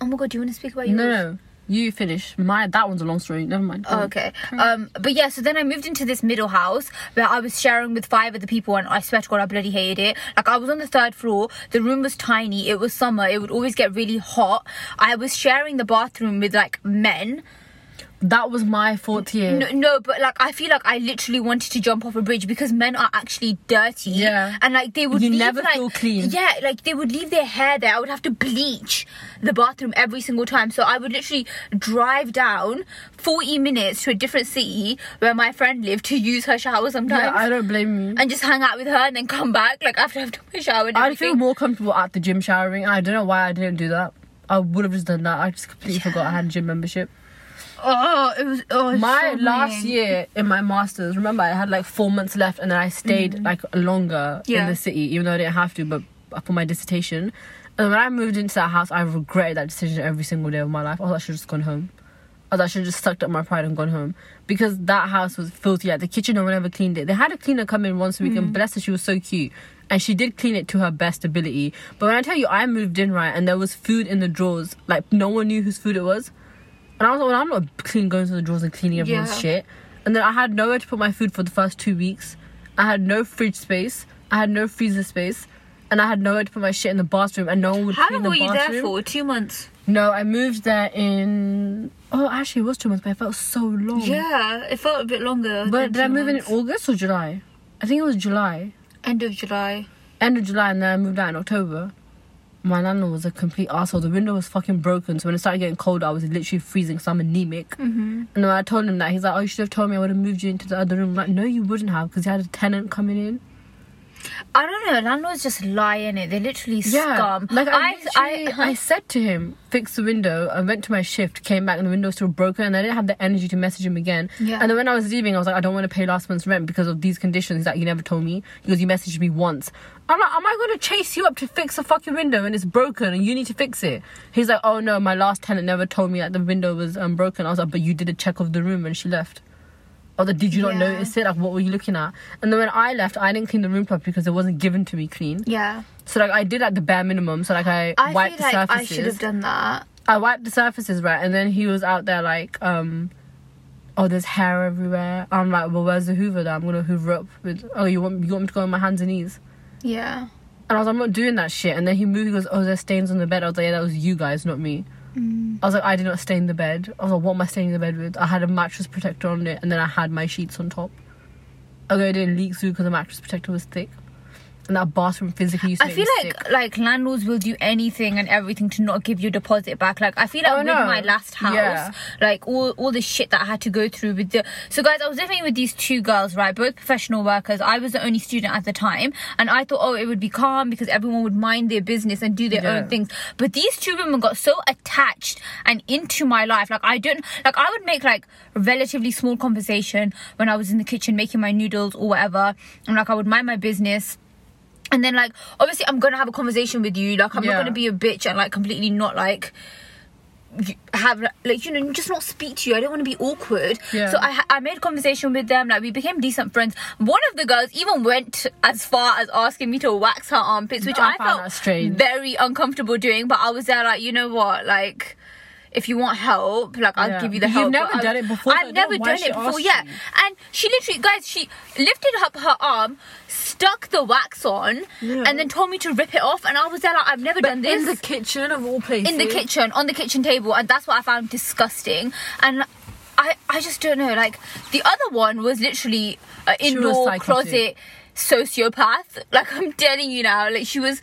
Speaker 1: Oh my god, do you want to speak about yours?
Speaker 2: No, no, you finish. My that one's a long story. Never mind.
Speaker 1: Oh, okay. Um, but yeah, so then I moved into this middle house where I was sharing with five other people, and I swear to God, I bloody hated it. Like, I was on the third floor, the room was tiny, it was summer, it would always get really hot. I was sharing the bathroom with like men.
Speaker 2: That was my fourth year.
Speaker 1: No, no, but like, I feel like I literally wanted to jump off a bridge because men are actually dirty.
Speaker 2: Yeah.
Speaker 1: And like, they would
Speaker 2: You
Speaker 1: leave,
Speaker 2: never
Speaker 1: like,
Speaker 2: feel clean.
Speaker 1: Yeah, like they would leave their hair there. I would have to bleach the bathroom every single time. So I would literally drive down 40 minutes to a different city where my friend lived to use her shower sometimes.
Speaker 2: yeah, I don't blame you.
Speaker 1: and just hang out with her and then come back like after I've done my shower and
Speaker 2: I feel
Speaker 1: everything.
Speaker 2: more comfortable at the gym showering. I don't know why I didn't do that. I would have just done that. I just completely forgot I had a gym membership.
Speaker 1: oh, it was oh, it's
Speaker 2: My
Speaker 1: so
Speaker 2: last
Speaker 1: annoying.
Speaker 2: year in my masters, remember I had like four months left, and then I stayed like longer
Speaker 1: Mm-hmm. Yeah.
Speaker 2: in the city, even though I didn't have to, but for my dissertation. And when I moved into that house, I regretted that decision every single day of my life. I was like, I should have just gone home. I was like, I should have just sucked up my pride and gone home because that house was filthy. Like the kitchen, no one ever cleaned it. They had a cleaner come in once a week,
Speaker 1: Mm.
Speaker 2: and bless her, she was so cute. And she did clean it to her best ability. But when I tell you, I moved in right, and there was food in the drawers. Like no one knew whose food it was. And I was like, well, I'm not clean going to the drawers and cleaning everyone's
Speaker 1: Yeah.
Speaker 2: shit. And then I had nowhere to put my food for the first two weeks. I had no fridge space. I had no freezer space. And I had nowhere to put my shit in the bathroom, and no one would
Speaker 1: How
Speaker 2: clean
Speaker 1: long
Speaker 2: the
Speaker 1: were you
Speaker 2: bathroom.
Speaker 1: there for? Two months.
Speaker 2: No, I moved there in. Oh, actually, it was two months, but it felt so long.
Speaker 1: Yeah, it felt a bit longer. than
Speaker 2: But did I
Speaker 1: two
Speaker 2: move in in
Speaker 1: months.
Speaker 2: August or July? I think it was July.
Speaker 1: End of July.
Speaker 2: End of July, and then I moved out in October. My landlord was a complete asshole. The window was fucking broken, so when it started getting cold, I was literally freezing because I'm anemic. Mm-hmm. And when I told him that, he's like, "Oh, you should have told me. I would have moved you into the other room." I'm like, no, you wouldn't have, because he had a tenant coming in.
Speaker 1: I don't know. Landlords just lie in it. They literally scum.
Speaker 2: Like I, I,
Speaker 1: I,
Speaker 2: I, said to him, fix the window. I went to my shift, came back, and the window was still broken, and I didn't have the energy to message him again.
Speaker 1: Yeah.
Speaker 2: And then when I was leaving, I was like, I don't want to pay last month's rent because of these conditions that you never told me. Because you messaged me once. I'm like, am I going to chase you up to fix a fucking window and it's broken and you need to fix it? He's like, oh no, my last tenant never told me that the window was um, broken. I was like, but you did a check of the room and she left. Or the, did you not
Speaker 1: Yeah.
Speaker 2: notice it? Like, what were you looking at? And then when I left, I didn't clean the room properly because it wasn't given to me clean.
Speaker 1: yeah.
Speaker 2: So like I did at the bare minimum. So like I,
Speaker 1: I
Speaker 2: wiped
Speaker 1: feel
Speaker 2: the
Speaker 1: like I
Speaker 2: surfaces.
Speaker 1: should have done that.
Speaker 2: I wiped the surfaces right, and then he was out there like, um, oh, there's hair everywhere. I'm like, well, where's the Hoover? That I'm gonna Hoover up with. Oh, you want you want me to go on my hands and knees?
Speaker 1: Yeah.
Speaker 2: And I was, like, I'm not doing that shit. And then he moved. He goes, oh, there's stains on the bed. I was like, yeah, that was you guys, not me.
Speaker 1: Mm.
Speaker 2: I was like, I did not stain the bed. I was like, what am I staining the bed with? I had a mattress protector on it, and then I had my sheets on top. Although it didn't leak through because the mattress protector was thick. and that bathroom physically used to
Speaker 1: I
Speaker 2: make
Speaker 1: feel
Speaker 2: me
Speaker 1: like
Speaker 2: sick.
Speaker 1: like landlords will do anything and everything to not give your deposit back. Like I feel like
Speaker 2: Oh,
Speaker 1: with
Speaker 2: no.
Speaker 1: my last house,
Speaker 2: Yeah.
Speaker 1: like all all the shit that I had to go through with the so guys, I was living with these two girls, right? Both professional workers. I was the only student at the time, and I thought, oh, it would be calm because everyone would mind their business and do their
Speaker 2: Yeah.
Speaker 1: own things. But these two women got so attached and into my life. Like I don't like I would make like relatively small conversation when I was in the kitchen making my noodles or whatever, and like I would mind my business. And then like obviously I'm gonna have a conversation with you. Like I'm
Speaker 2: Yeah.
Speaker 1: not gonna be a bitch and like completely not like you- have like you know just not speak to you. I don't want to be awkward.
Speaker 2: Yeah.
Speaker 1: So I ha- I made a conversation with them. Like we became decent friends. One of the girls even went as far as asking me to wax her armpits, which
Speaker 2: I
Speaker 1: I,
Speaker 2: found that
Speaker 1: felt
Speaker 2: Oh, strange.
Speaker 1: very uncomfortable doing. But I was there like you know what like. If you want help, like I'll
Speaker 2: Yeah.
Speaker 1: give you the
Speaker 2: But
Speaker 1: help.
Speaker 2: you've
Speaker 1: but
Speaker 2: never
Speaker 1: I-
Speaker 2: done it before, so I
Speaker 1: I've
Speaker 2: don't know
Speaker 1: never
Speaker 2: why
Speaker 1: done
Speaker 2: she
Speaker 1: it before.
Speaker 2: asked
Speaker 1: Yeah,
Speaker 2: you.
Speaker 1: and she literally, guys, she lifted up her arm, stuck the wax on,
Speaker 2: Yeah.
Speaker 1: and then told me to rip it off. And I was there like, I've never done this
Speaker 2: in the kitchen of all places.
Speaker 1: in the kitchen on the kitchen table and that's what i found disgusting and i i just don't know like the other one was literally an
Speaker 2: was
Speaker 1: indoor
Speaker 2: psychotic.
Speaker 1: closet sociopath like i'm telling you now like she was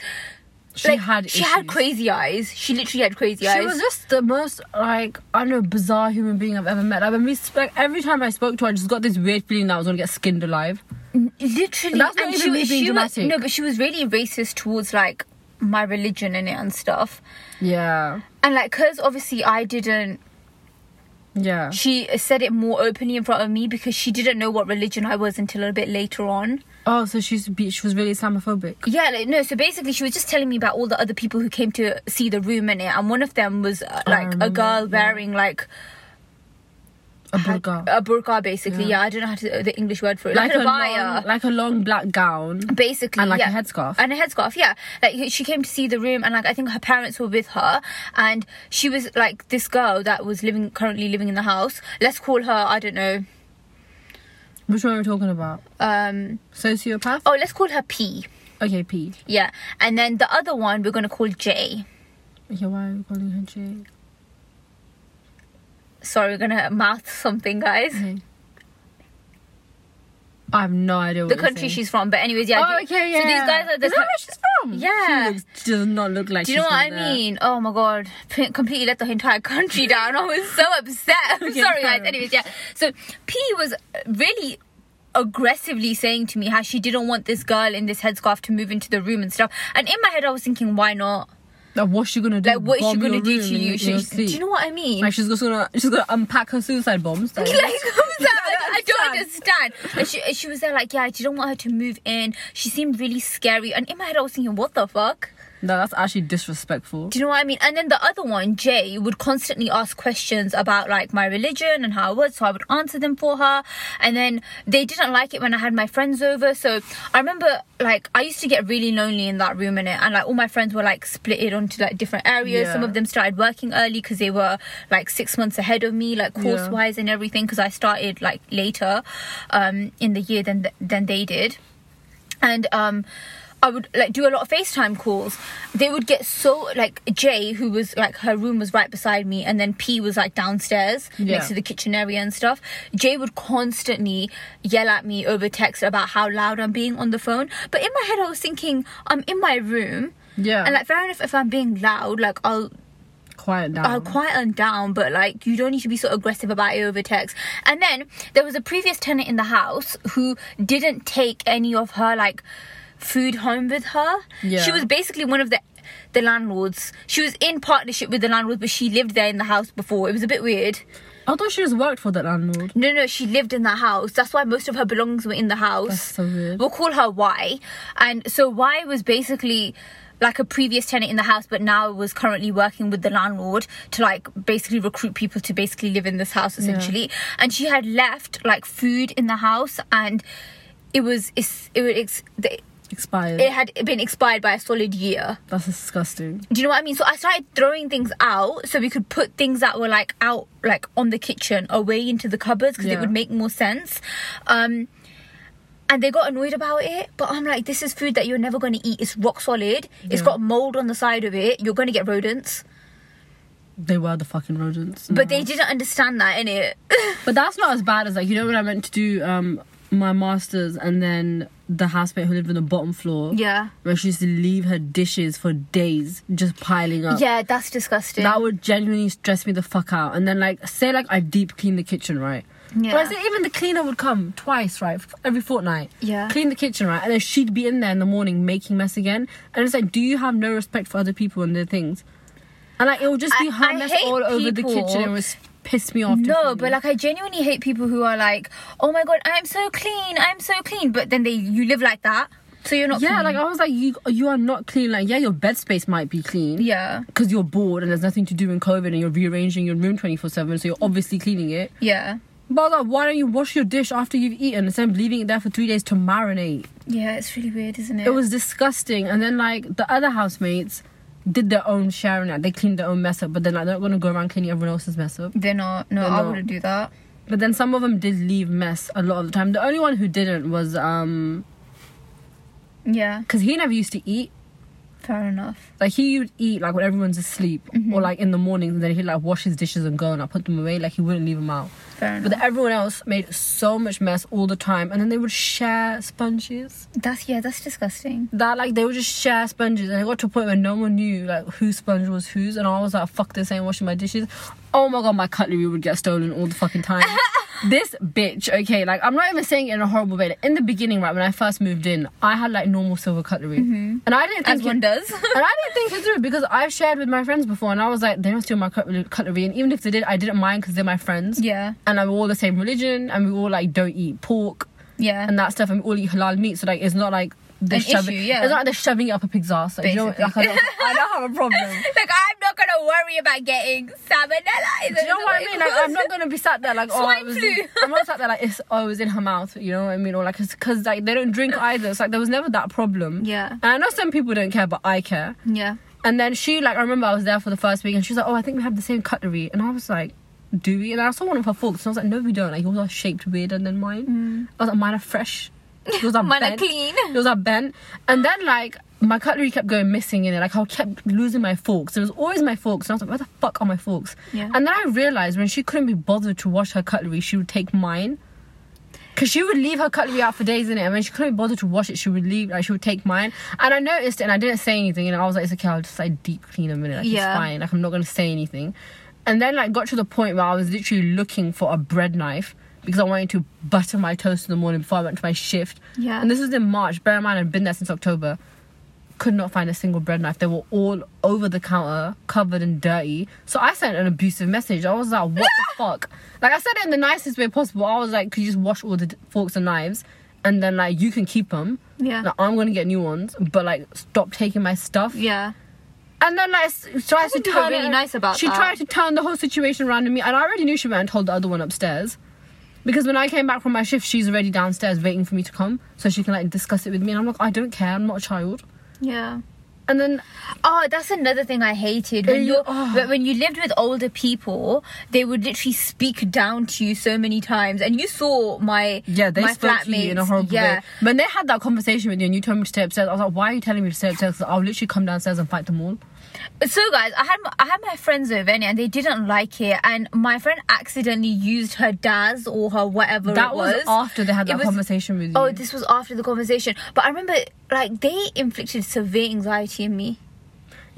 Speaker 2: She
Speaker 1: like,
Speaker 2: had
Speaker 1: she had
Speaker 2: issues.
Speaker 1: crazy eyes she literally had crazy eyes
Speaker 2: She was just the most like I don't know bizarre human being I've ever met. Like when we spoke, every time I spoke to her, I just got this weird feeling that I was gonna get skinned alive.
Speaker 1: literally
Speaker 2: That's not even
Speaker 1: she,
Speaker 2: me
Speaker 1: was-
Speaker 2: being
Speaker 1: she was,
Speaker 2: dramatic.
Speaker 1: no but she was really racist towards like my religion in it and stuff
Speaker 2: Yeah,
Speaker 1: and like because obviously i didn't
Speaker 2: yeah.
Speaker 1: she said it more openly in front of me because she didn't know what religion i was until a bit later on
Speaker 2: Oh, so she's be- she was really Islamophobic.
Speaker 1: Yeah, like, no. So basically, she was just telling me about all the other people who came to see the room in it, and one of them was uh, like a
Speaker 2: remember,
Speaker 1: girl wearing like
Speaker 2: A
Speaker 1: had-
Speaker 2: burqa.
Speaker 1: a burqa, basically. Yeah, I don't know how to the English word for it, like,
Speaker 2: a
Speaker 1: a abaya.
Speaker 2: long, like a long black gown.
Speaker 1: Basically,
Speaker 2: And, like, a
Speaker 1: yeah.
Speaker 2: headscarf.
Speaker 1: and a headscarf, yeah. Like she came to see the room, and like I think her parents were with her, and she was like this girl that was living currently living in the house. Let's call her, I don't know,
Speaker 2: Which one are we talking about?
Speaker 1: um,
Speaker 2: Sociopath.
Speaker 1: oh, let's call her P,
Speaker 2: Okay, P.
Speaker 1: yeah. And then the other one we're gonna call J.
Speaker 2: Okay, why are we calling her J?
Speaker 1: Sorry, we're gonna mouth something, guys.
Speaker 2: Okay. I have no idea what
Speaker 1: the
Speaker 2: you're
Speaker 1: country
Speaker 2: saying.
Speaker 1: she's from. But anyways, yeah.
Speaker 2: Oh,
Speaker 1: do-
Speaker 2: okay, yeah.
Speaker 1: So these guys are the.
Speaker 2: Is that
Speaker 1: type-
Speaker 2: where she's from?
Speaker 1: Yeah.
Speaker 2: She, looks, she does not look like.
Speaker 1: do you know
Speaker 2: she's
Speaker 1: what
Speaker 2: from
Speaker 1: I
Speaker 2: there.
Speaker 1: mean? Oh my god, P- completely let the entire country down. I was so upset. I'm
Speaker 2: Okay,
Speaker 1: sorry, guys.
Speaker 2: sorry.
Speaker 1: Anyways, yeah. So P was really aggressively saying to me how she didn't want this girl in this headscarf to move into the room and stuff. And in my head, I was thinking, why not?
Speaker 2: Like, what's she gonna do?
Speaker 1: Like, what is she
Speaker 2: Bomb
Speaker 1: gonna
Speaker 2: your
Speaker 1: do
Speaker 2: room
Speaker 1: to
Speaker 2: in
Speaker 1: you?
Speaker 2: your
Speaker 1: She, do
Speaker 2: sleep?
Speaker 1: you know what I mean?
Speaker 2: Like she's just gonna she's gonna unpack her suicide bombs. Like,
Speaker 1: like I, was like, I, I don't
Speaker 2: understand.
Speaker 1: understand. And she, and she was there like, yeah, I didn't want her to move in. She seemed really scary. And in my head, I was thinking, what the fuck?
Speaker 2: No, that's actually disrespectful.
Speaker 1: Do you know what I mean? And then the other one, Jay, would constantly ask questions about like my religion and how I was, so I would answer them for her. And then they didn't like it when I had my friends over. So I remember like I used to get really lonely in that room in it, and like all my friends were like split it onto like different areas.
Speaker 2: Yeah.
Speaker 1: Some of them started working early because they were like six months ahead of me, like course wise and everything. Because I started like later um, in the year than than they did and um I would like do a lot of FaceTime calls. They would get so like Jay, who was like her room was right beside me, and then P was like downstairs
Speaker 2: Yeah.
Speaker 1: next to the kitchen area and stuff. Jay would constantly yell at me over text about how loud I'm being on the phone. But in my head, I was thinking I'm in my room,
Speaker 2: Yeah.
Speaker 1: and like fair enough if I'm being loud, like I'll
Speaker 2: quiet down.
Speaker 1: I'll quieten down, but like you don't need to be so aggressive about it over text. And then there was a previous tenant in the house who didn't take any of her like food home with her.
Speaker 2: Yeah.
Speaker 1: She was basically one of the the landlords. She was in partnership with the landlord, but she lived there in the house before. It was a bit weird.
Speaker 2: I thought she just worked for that landlord.
Speaker 1: No, no, she lived in the house. That's why most of her belongings were in the house.
Speaker 2: That's so weird.
Speaker 1: We'll call her Y. And so Y was basically like a previous tenant in the house, but now was currently working with the landlord to like basically recruit people to basically live in this house essentially. And she had left like food in the house, and it was it's, it was it's, the-
Speaker 2: Expired.
Speaker 1: it had been expired by a solid year.
Speaker 2: that's disgusting.
Speaker 1: Do you know what I mean? So I started throwing things out so we could put things that were like out, like on the kitchen, away into the cupboards because
Speaker 2: Yeah.
Speaker 1: it would make more sense. Um, and they got annoyed about it, but I'm like, this is food that you're never going to eat. It's rock solid. It's
Speaker 2: Yeah.
Speaker 1: got mold on the side of it. You're going to get rodents.
Speaker 2: They were the fucking rodents.
Speaker 1: But they didn't understand that in it.
Speaker 2: But that's not as bad as like you know when I meant to do um my masters and then the housemate who lived on the bottom floor.
Speaker 1: Yeah.
Speaker 2: Where she used to leave her dishes for days just piling up.
Speaker 1: Yeah, that's disgusting.
Speaker 2: That would genuinely stress me the fuck out. And then like say like I deep clean the kitchen, right?
Speaker 1: Yeah.
Speaker 2: But I say even the cleaner would come twice, right? f- Every fortnight.
Speaker 1: Yeah.
Speaker 2: Clean the kitchen, right? And then she'd be in there in the morning making mess again. And it's like, do you have no respect for other people and their things? And like it would just be
Speaker 1: I-
Speaker 2: her
Speaker 1: I
Speaker 2: mess
Speaker 1: hate
Speaker 2: all over the kitchen and it
Speaker 1: people-
Speaker 2: would s- piss me off.
Speaker 1: no,
Speaker 2: differently.
Speaker 1: but like I genuinely hate people who are like, "Oh my god, I'm so clean, I'm so clean," but then they you live like that, so you're not.
Speaker 2: Yeah,
Speaker 1: clean.
Speaker 2: like I was like, you you are not clean. Like, yeah, your bed space might be clean.
Speaker 1: yeah,
Speaker 2: Because you're bored and there's nothing to do in COVID and you're rearranging your room 24 7, so you're obviously cleaning it.
Speaker 1: yeah,
Speaker 2: But I was like, why don't you wash your dish after you've eaten instead of leaving it there for three days to marinate?
Speaker 1: yeah. It's really weird, isn't it?
Speaker 2: It was disgusting. And then, like, the other housemates did their own sharing. Like, they cleaned their own mess up, but then, like, they're not going to go around cleaning everyone else's mess up.
Speaker 1: They're not. No,
Speaker 2: They're
Speaker 1: I
Speaker 2: not.
Speaker 1: wouldn't do that.
Speaker 2: But then some of them did leave mess a lot of the time. The only one who didn't was, um,
Speaker 1: Yeah,
Speaker 2: because he never used to eat.
Speaker 1: fair enough.
Speaker 2: Like he would eat like when everyone's asleep, or like in the morning, and then he'd like wash his dishes and go and like put them away. Like he wouldn't leave them out.
Speaker 1: Fair
Speaker 2: But
Speaker 1: enough.
Speaker 2: then everyone else made so much mess all the time, and then they would share sponges.
Speaker 1: that's yeah, that's disgusting.
Speaker 2: That like they would just share sponges, and it got to a point where no one knew like whose sponge was whose, and I was like, "Fuck this, I ain't washing my dishes." Oh my god, my cutlery would get stolen all the fucking time. this bitch, okay, like I'm not even saying it in a horrible way. Like, in the beginning, right when I first moved in, I had like normal silver cutlery, and I didn't think
Speaker 1: Mm-hmm. As
Speaker 2: it-
Speaker 1: one does.
Speaker 2: and I didn't think it through because I've shared with my friends before, and I was like, they don't steal my cut- cutlery, and even if they did, I didn't mind because they're my friends.
Speaker 1: yeah,
Speaker 2: And I'm all the same religion, and we all like don't eat pork
Speaker 1: yeah,
Speaker 2: and that stuff, and we all eat halal meat, so like it's not like they're
Speaker 1: An
Speaker 2: shoving.
Speaker 1: issue, yeah.
Speaker 2: It's not like they're shoving it up a pig's ass. Like, you know, like, I,
Speaker 1: Basically.
Speaker 2: don't, I don't have a problem.
Speaker 1: Like I'm not gonna worry about getting salmonella.
Speaker 2: Do you know what I mean? Like, I'm not gonna be sat there like, oh, I
Speaker 1: Swine
Speaker 2: was.
Speaker 1: flu.
Speaker 2: In, I'm not sat there like, it's, oh, it was in her mouth. You know what I mean? Or like, because like they don't drink either. It's like there was never that problem.
Speaker 1: Yeah.
Speaker 2: And I know some people don't care, but I care.
Speaker 1: Yeah.
Speaker 2: And then she, like, I remember I was there for the first week and she was like, oh, I think we have the same cutlery. And I was like, do we? And I saw one of her forks and I was like, no, we don't. Like, yours are shaped weirder than mine. I was like, mine are fresh. Yours are
Speaker 1: Mm. Mine are
Speaker 2: bent.
Speaker 1: clean.
Speaker 2: Yours are bent. And then, like, my cutlery kept going missing in it. Like, I kept losing my forks. It was always my forks. And I was like, where the fuck are my forks?
Speaker 1: Yeah.
Speaker 2: And then I realized when she couldn't be bothered to wash her cutlery, she would take mine. Cause she would leave her cutlery out for days in it, and when she couldn't be bothered to wash it, she would leave. Like she would take mine, and I noticed it, and I didn't say anything. And I was like, "It's okay, I'll just like deep clean a minute. Like
Speaker 1: Yeah.
Speaker 2: it's fine. Like I'm not gonna say anything." And then like got to the point where I was literally looking for a bread knife because I wanted to butter my toast in the morning before I went to my shift.
Speaker 1: Yeah.
Speaker 2: And this was in March. Bear in mind, I'd been there since October. Could not find a single bread knife. They were all over the counter, covered and dirty. So I sent an abusive message. I was like, "What the fuck?" Like I said it in the nicest way possible. I was like, "Could you just wash all the d- forks and knives, and then like you can keep them?
Speaker 1: Yeah.
Speaker 2: Like, I'm gonna get new ones, but like stop taking my stuff."
Speaker 1: Yeah.
Speaker 2: And then like s- tries to
Speaker 1: think you
Speaker 2: turn
Speaker 1: were really
Speaker 2: it-
Speaker 1: nice about
Speaker 2: She
Speaker 1: that.
Speaker 2: tried to turn the whole situation around on me, and I already knew she went and told the other one upstairs. Because when I came back from my shift, she's already downstairs waiting for me to come so she can like discuss it with me. And I'm like, I don't care. I'm not a child.
Speaker 1: Yeah.
Speaker 2: And then
Speaker 1: Oh, that's another thing I hated when
Speaker 2: Eh,
Speaker 1: you
Speaker 2: oh.
Speaker 1: but when you lived with older people, they would literally speak down to you so many times, and you saw my
Speaker 2: yeah, they
Speaker 1: my
Speaker 2: spoke to you in a
Speaker 1: flatmates,
Speaker 2: horrible
Speaker 1: yeah.
Speaker 2: way. When they had that conversation with you and you told me to stay upstairs, I was like, why are you telling me to stay upstairs? 'Cause I'll literally come downstairs and fight them all.
Speaker 1: So guys, I had my, I had my friends over and they didn't like it, and my friend accidentally used her Daz or her whatever
Speaker 2: That
Speaker 1: it
Speaker 2: was,
Speaker 1: was.
Speaker 2: after they had
Speaker 1: It
Speaker 2: that
Speaker 1: was-
Speaker 2: conversation with you.
Speaker 1: Oh, this was after the conversation, but I remember like they inflicted severe anxiety in me.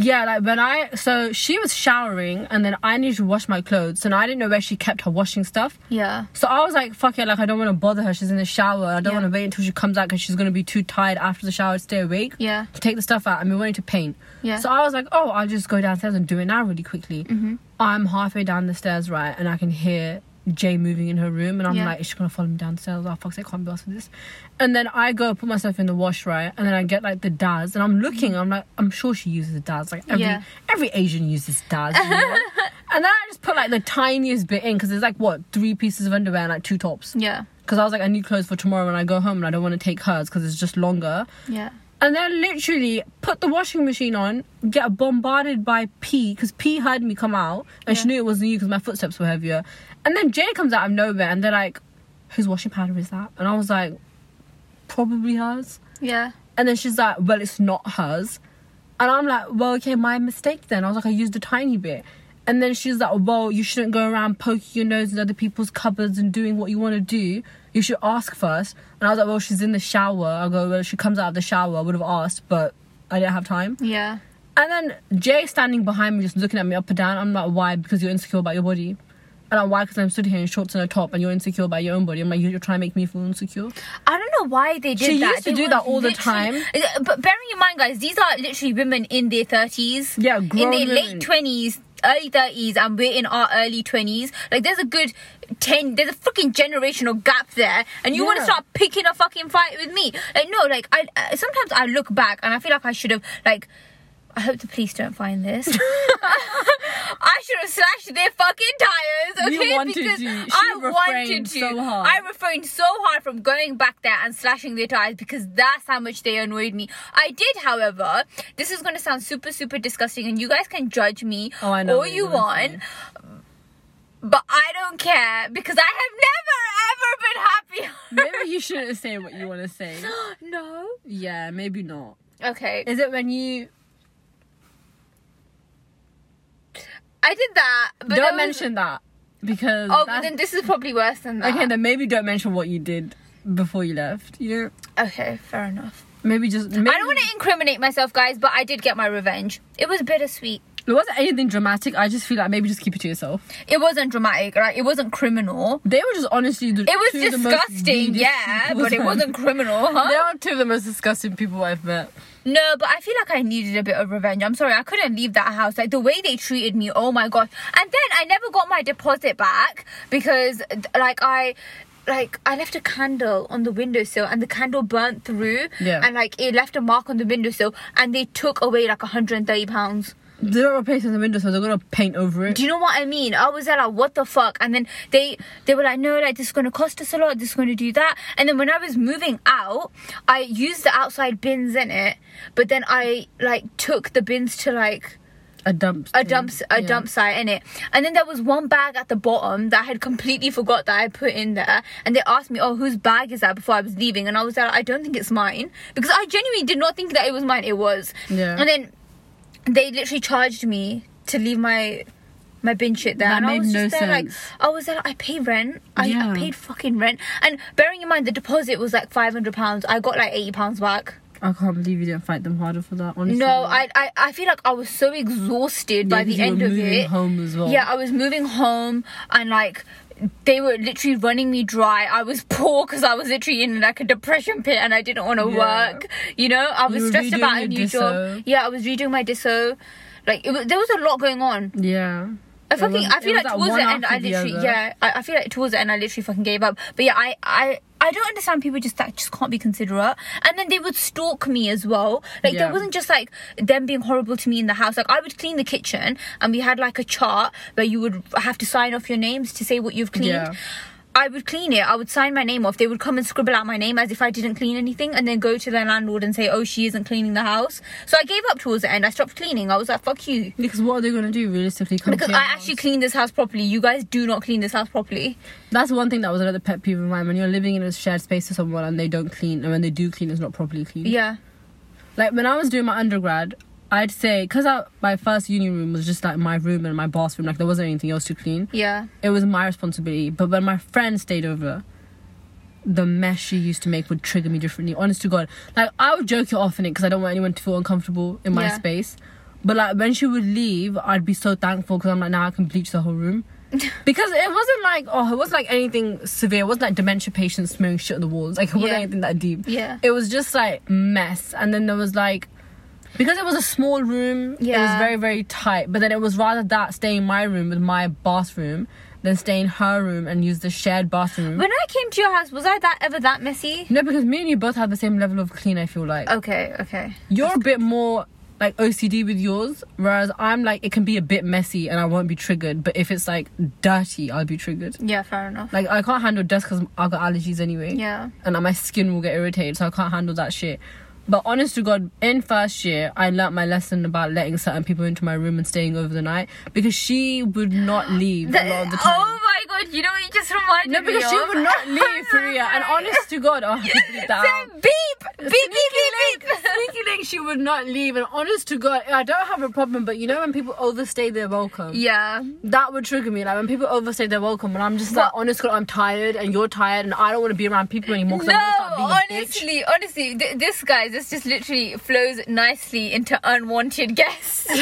Speaker 2: Yeah, like when I so she was showering and then I needed to wash my clothes and I didn't know where she kept her washing stuff.
Speaker 1: Yeah,
Speaker 2: So I was like, fuck it, like I don't want to bother her. She's in the shower. I don't
Speaker 1: Yeah.
Speaker 2: want to wait until she comes out because she's gonna be too tired after the shower to stay awake.
Speaker 1: Yeah.
Speaker 2: To take the stuff out. and we wanted to paint.
Speaker 1: Yeah. Mm-hmm.
Speaker 2: So I was like, oh, I'll just go downstairs and do it now really quickly. I'm halfway down the stairs, right, and I can hear Jay moving in her room, and I'm
Speaker 1: Yeah.
Speaker 2: like, is she gonna follow me downstairs? Oh fuck, I can't be asked for this. And then I go put myself in the wash, right, and then I get like the Daz, and I'm looking, I'm like, I'm sure she uses Daz. Like every
Speaker 1: Yeah.
Speaker 2: every Asian uses Daz. You know? and then I just put like the tiniest bit in because there's like what three pieces of underwear and like two tops.
Speaker 1: yeah,
Speaker 2: Because I was like, I need clothes for tomorrow when I go home, and I don't want to take hers because it's just longer.
Speaker 1: yeah,
Speaker 2: And then literally put the washing machine on, get bombarded by P because P heard me come out and she
Speaker 1: Yeah.
Speaker 2: knew it wasn't you because my footsteps were heavier. And then Jay comes out of nowhere and they're like, whose washing powder is that? And I was like, probably hers.
Speaker 1: yeah,
Speaker 2: And then she's like, well, it's not hers. And I'm like, well, okay, my mistake then. I was like, I used a tiny bit. And then she's like, well, you shouldn't go around poking your nose in other people's cupboards and doing what you want to do. You you should ask first. And I was like, well, she's in the shower. I go, well, she comes out of the shower. I would have asked, but I didn't have time.
Speaker 1: Yeah.
Speaker 2: And then Jay standing behind me, just looking at me up and down. I'm like, why? Because you're insecure about your body. And I'm why? Because I'm stood here in shorts and a top, and you're insecure about your own body. I'm like, you- you're trying to make me feel insecure.
Speaker 1: I don't know why they did
Speaker 2: She
Speaker 1: that.
Speaker 2: used to
Speaker 1: They
Speaker 2: do
Speaker 1: were
Speaker 2: that all the
Speaker 1: literally-
Speaker 2: time.
Speaker 1: Uh, But bearing in mind, guys, these are literally women in their thirties.
Speaker 2: Yeah,
Speaker 1: in
Speaker 2: grown
Speaker 1: their late
Speaker 2: women.
Speaker 1: twenties, early thirties, and we're in our early twenties. Like, there's a good ten. There's a freaking generational gap there, and you want to
Speaker 2: Yeah.
Speaker 1: start picking a fucking fight with me? Like, no. Like, I uh, sometimes I look back and I feel like I should have like. I hope the police don't find this. I should have slashed their fucking tires, okay?
Speaker 2: You wanted
Speaker 1: because
Speaker 2: to. She
Speaker 1: I wanted
Speaker 2: refrained
Speaker 1: to.
Speaker 2: so hard.
Speaker 1: I refrained so hard from going back there and slashing their tires because that's how much they annoyed me. I did, however, this is gonna sound super, super disgusting, and you guys can judge me
Speaker 2: Oh, I know
Speaker 1: all
Speaker 2: what
Speaker 1: you
Speaker 2: you're gonna
Speaker 1: want,
Speaker 2: say.
Speaker 1: but I don't care because I have never ever been happier.
Speaker 2: Maybe you shouldn't say what you want to say.
Speaker 1: no.
Speaker 2: Yeah, maybe not.
Speaker 1: Okay.
Speaker 2: Is it when you
Speaker 1: I did that, but that
Speaker 2: don't
Speaker 1: was-
Speaker 2: mention that because
Speaker 1: Oh, but
Speaker 2: that's-
Speaker 1: then this is probably worse than that.
Speaker 2: okay, then maybe don't mention what you did before you left. You know,
Speaker 1: Okay, fair enough.
Speaker 2: maybe just. Maybe,
Speaker 1: I don't want to incriminate myself, guys, but I did get my revenge. It was bittersweet.
Speaker 2: It wasn't anything dramatic. I just feel like maybe just keep it to yourself.
Speaker 1: It wasn't dramatic, right? It wasn't criminal.
Speaker 2: They were just honestly. The,
Speaker 1: It was
Speaker 2: two of the most
Speaker 1: disgusting,
Speaker 2: weirdest
Speaker 1: yeah,
Speaker 2: people
Speaker 1: but it
Speaker 2: I've-
Speaker 1: wasn't criminal,
Speaker 2: They
Speaker 1: huh?
Speaker 2: are two of the most disgusting people I've met.
Speaker 1: No, but I feel like I needed a bit of revenge. I'm sorry, I couldn't leave that house. Like the way they treated me, oh my god. And then I never got my deposit back because th- like I like I left a candle on the windowsill and the candle burnt through
Speaker 2: Yeah.
Speaker 1: and like it left a mark on the windowsill and they took away like 130 pounds.
Speaker 2: They don't replace the window, so they're gonna paint over it.
Speaker 1: Do you know what I mean? I was there like, what the fuck? And then they they were like, no, like this is gonna cost us a lot. This is gonna do that. And then when I was moving out, I used the outside bins in it, but then I like took the bins to like
Speaker 2: a dump.
Speaker 1: a
Speaker 2: thing.
Speaker 1: dump a
Speaker 2: Mm, Yeah.
Speaker 1: dump site in it. And then there was one bag at the bottom that I had completely forgot that I put in there. And they asked me, oh, whose bag is that? Before I was leaving, and I was like, I don't think it's mine because I genuinely did not think that it was mine. It was.
Speaker 2: Yeah.
Speaker 1: And then they literally charged me to leave my my bin shit there.
Speaker 2: That
Speaker 1: and I
Speaker 2: made
Speaker 1: was
Speaker 2: no
Speaker 1: just there
Speaker 2: sense.
Speaker 1: like I was there like, I pay rent. I, I
Speaker 2: Yeah.
Speaker 1: paid fucking rent. And bearing in mind the deposit was like five hundred pounds. I got like eighty pounds back.
Speaker 2: I can't believe you didn't fight them harder for that. Honestly,
Speaker 1: No, I, I I feel like I was so exhausted by
Speaker 2: Yeah, 'cause
Speaker 1: the
Speaker 2: you were
Speaker 1: end of
Speaker 2: moving
Speaker 1: it.
Speaker 2: home as well.
Speaker 1: Yeah, I was moving home and like they were literally running me dry. I was poor because I was literally in like a depression pit and I didn't want to
Speaker 2: Yeah.
Speaker 1: work. You know, I was
Speaker 2: were
Speaker 1: stressed about
Speaker 2: redoing
Speaker 1: a
Speaker 2: your
Speaker 1: new job.
Speaker 2: disso.
Speaker 1: Yeah, I was redoing my disso. Like it was, there was a lot going on.
Speaker 2: Yeah.
Speaker 1: I
Speaker 2: It
Speaker 1: fucking
Speaker 2: was-
Speaker 1: I
Speaker 2: it
Speaker 1: feel
Speaker 2: was
Speaker 1: like towards
Speaker 2: one
Speaker 1: the end
Speaker 2: after
Speaker 1: I
Speaker 2: the
Speaker 1: literally
Speaker 2: other.
Speaker 1: yeah I, I feel like towards the end I literally fucking gave up. But yeah I I I don't understand people just that just can't be considerate. And then they would stalk me as well. Like there
Speaker 2: Yeah.
Speaker 1: wasn't just like them being horrible to me in the house. Like I would clean the kitchen and we had like a chart where you would have to sign off your names to say what you've cleaned.
Speaker 2: Yeah.
Speaker 1: I would clean it. I would sign my name off. They would come and scribble out my name as if I didn't clean anything, and then go to their landlord and say, "Oh, she isn't cleaning the house." So I gave up towards the end. I stopped cleaning. I was like, "Fuck you."
Speaker 2: Because what are they gonna do realistically? Come
Speaker 1: Because
Speaker 2: to your
Speaker 1: I
Speaker 2: house?
Speaker 1: actually clean this house properly. You guys do not clean this house properly.
Speaker 2: That's one thing that was another pet peeve of mine. When you're living in a shared space with someone and they don't clean, and when they do clean, it's not properly cleaned.
Speaker 1: Yeah.
Speaker 2: Like when I was doing my undergrad, I'd say because my first uni room was just like my room and my bathroom. Like there wasn't anything else to clean.
Speaker 1: Yeah.
Speaker 2: It was my responsibility. But when my friend stayed over, the mess she used to make would trigger me differently. Honest to God, like I would joke it off in it because I don't want anyone to feel uncomfortable in my
Speaker 1: Yeah.
Speaker 2: space. But like when she would leave, I'd be so thankful because I'm like now I can bleach the whole room. Because it wasn't like oh it wasn't like anything severe. It wasn't like dementia patients smearing shit on the walls. Like it wasn't
Speaker 1: Yeah.
Speaker 2: anything that deep.
Speaker 1: Yeah.
Speaker 2: It was just like mess, and then there was like because it was a small room, it was
Speaker 1: Yeah.
Speaker 2: very very tight. But then it was rather that staying in my room with my bathroom than stay in her room and use the shared bathroom.
Speaker 1: When I came to your house, was I that ever that messy?
Speaker 2: no, because me and you both have the same level of clean. I feel like
Speaker 1: Okay. Okay.
Speaker 2: you're a bit more like OCD with yours, whereas I'm like it can be a bit messy and I won't be triggered. But if it's like dirty, I'll be triggered.
Speaker 1: Yeah. Fair enough.
Speaker 2: Like I can't handle dust because I've got allergies anyway.
Speaker 1: Yeah.
Speaker 2: And like, my skin will get irritated, so I can't handle that shit. But honest to God, in first year, I learnt my lesson about letting certain people into my room and staying over the night because she would not leave a lot of the time.
Speaker 1: Oh my god! You know what you just reminded
Speaker 2: no,
Speaker 1: me
Speaker 2: because she
Speaker 1: of?
Speaker 2: would not leave for a year. And honest to God, oh, I have to bleep that out.
Speaker 1: Beep! Beep! Beep! Beep! Beep!
Speaker 2: Sneaky Link, she would not leave. And honest to God, I don't have a problem, but you know when people overstay their welcome?
Speaker 1: Yeah.
Speaker 2: That would trigger me. Like when people overstay their welcome, and I'm just like, honest to God, I'm tired and you're tired and I don't want to be around people anymore. 'cause I'm gonna
Speaker 1: No,
Speaker 2: start being a bitch.
Speaker 1: honestly, honestly, th- this guy, this just literally flows nicely into unwanted guests.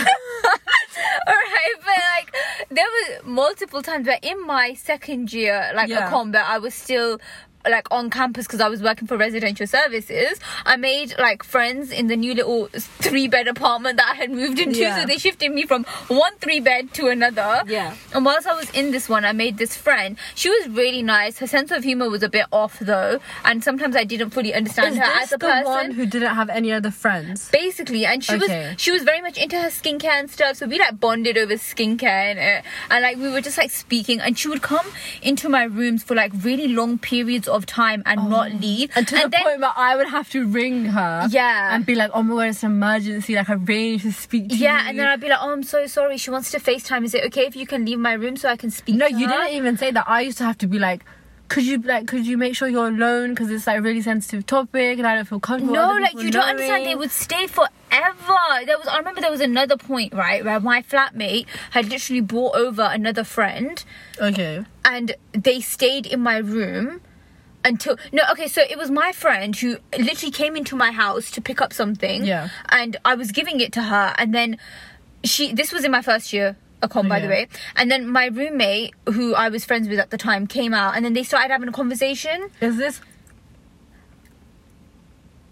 Speaker 1: Alright, but like there was multiple times where in my second year, like
Speaker 2: Yeah.
Speaker 1: a combat, I was still like on campus because I was working for residential services. I made like friends in the new little three bed apartment that I had moved into,
Speaker 2: Yeah.
Speaker 1: so they shifted me from one three bed to another.
Speaker 2: Yeah.
Speaker 1: And whilst I was in this one, I made this friend. She was really nice. Her sense of humor was a bit off though, and sometimes I didn't fully understand
Speaker 2: Is
Speaker 1: her
Speaker 2: this
Speaker 1: as a
Speaker 2: the
Speaker 1: person.
Speaker 2: one who didn't have any other friends?
Speaker 1: Basically, and she
Speaker 2: Okay.
Speaker 1: was she was very much into her skincare and stuff. So we like bonded over skincare and uh, and like we were just like speaking. And she would come into my rooms for like really long periods of time and not leave.
Speaker 2: Oh. And to the point where I would have to ring her.
Speaker 1: Yeah.
Speaker 2: And be like, oh my god, it's an emergency. Like, arrange to speak to you.
Speaker 1: yeah, and then I'd be like, "Oh, I'm so sorry. She wants to Facetime. Is it okay if you can leave my room so I can speak?"
Speaker 2: No,
Speaker 1: to
Speaker 2: you
Speaker 1: her?
Speaker 2: didn't even say that. I used to have to be like, could you like could you make sure you're alone because it's like a really sensitive topic and I don't feel comfortable.
Speaker 1: No,
Speaker 2: other
Speaker 1: like
Speaker 2: people
Speaker 1: you don't understand. They
Speaker 2: knowing."
Speaker 1: would stay forever. There was. I remember there was another point right where my flatmate had literally brought over another friend,
Speaker 2: Okay.
Speaker 1: and they stayed in my room until no okay so it was my friend who literally came into my house to pick up something
Speaker 2: Yeah.
Speaker 1: and i was giving it to her and then she this was in my first year a con by the
Speaker 2: Yeah.
Speaker 1: way and then my roommate who i was friends with at the time came out and then they started having a conversation
Speaker 2: Is this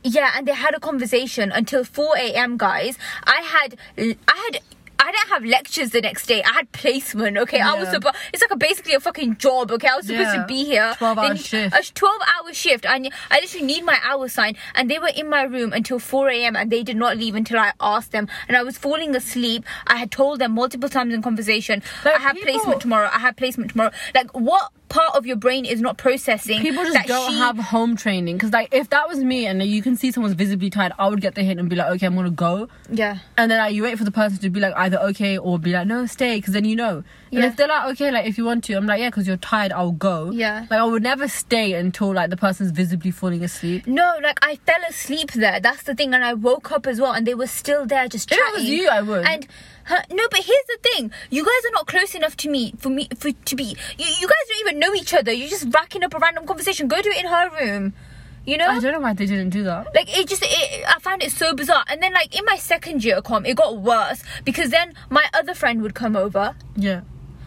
Speaker 1: Yeah, and they had a conversation until 4 a.m. guys. I had I had I didn't have lectures the next day. I had placement, okay? I was
Speaker 2: Yeah.
Speaker 1: supposed it's like a basically a fucking job, okay? I was supposed
Speaker 2: Yeah.
Speaker 1: to be here.
Speaker 2: 12 hour
Speaker 1: Then-
Speaker 2: shift.
Speaker 1: A 12 hour shift. I ne- I literally need my hour sign and they were in my room until 4 a.m. and they did not leave until I asked them and I was falling asleep. I had told them multiple times in conversation,
Speaker 2: Like,
Speaker 1: I have
Speaker 2: people-
Speaker 1: placement tomorrow. I have placement tomorrow. Like what part of your brain is not processing
Speaker 2: people just
Speaker 1: that
Speaker 2: don't
Speaker 1: she
Speaker 2: have home training because like if that was me and you can see someone's visibly tired, I would get the hint and be like, okay, I'm gonna go.
Speaker 1: Yeah.
Speaker 2: And then like, you wait for the person to be like either okay or be like no stay because then you know. And
Speaker 1: Yeah.
Speaker 2: if they're like okay, like if you want to, I'm like yeah because you're tired, I'll go.
Speaker 1: Yeah.
Speaker 2: Like I would never stay until like the person's visibly falling asleep.
Speaker 1: No, like I fell asleep there. That's the thing, and I woke up as well, and they were still there, just
Speaker 2: If
Speaker 1: chatting.
Speaker 2: it was you, I would.
Speaker 1: And her, no, but here's the thing: you guys are not close enough to me for me for to be. You, you guys don't even know each other. You're just racking up a random conversation. Go do it in her room. You know.
Speaker 2: I don't know why they didn't do that.
Speaker 1: Like it just, it, I found it so bizarre. And then like in my second year com, it got worse because then my other friend would come over
Speaker 2: Yeah.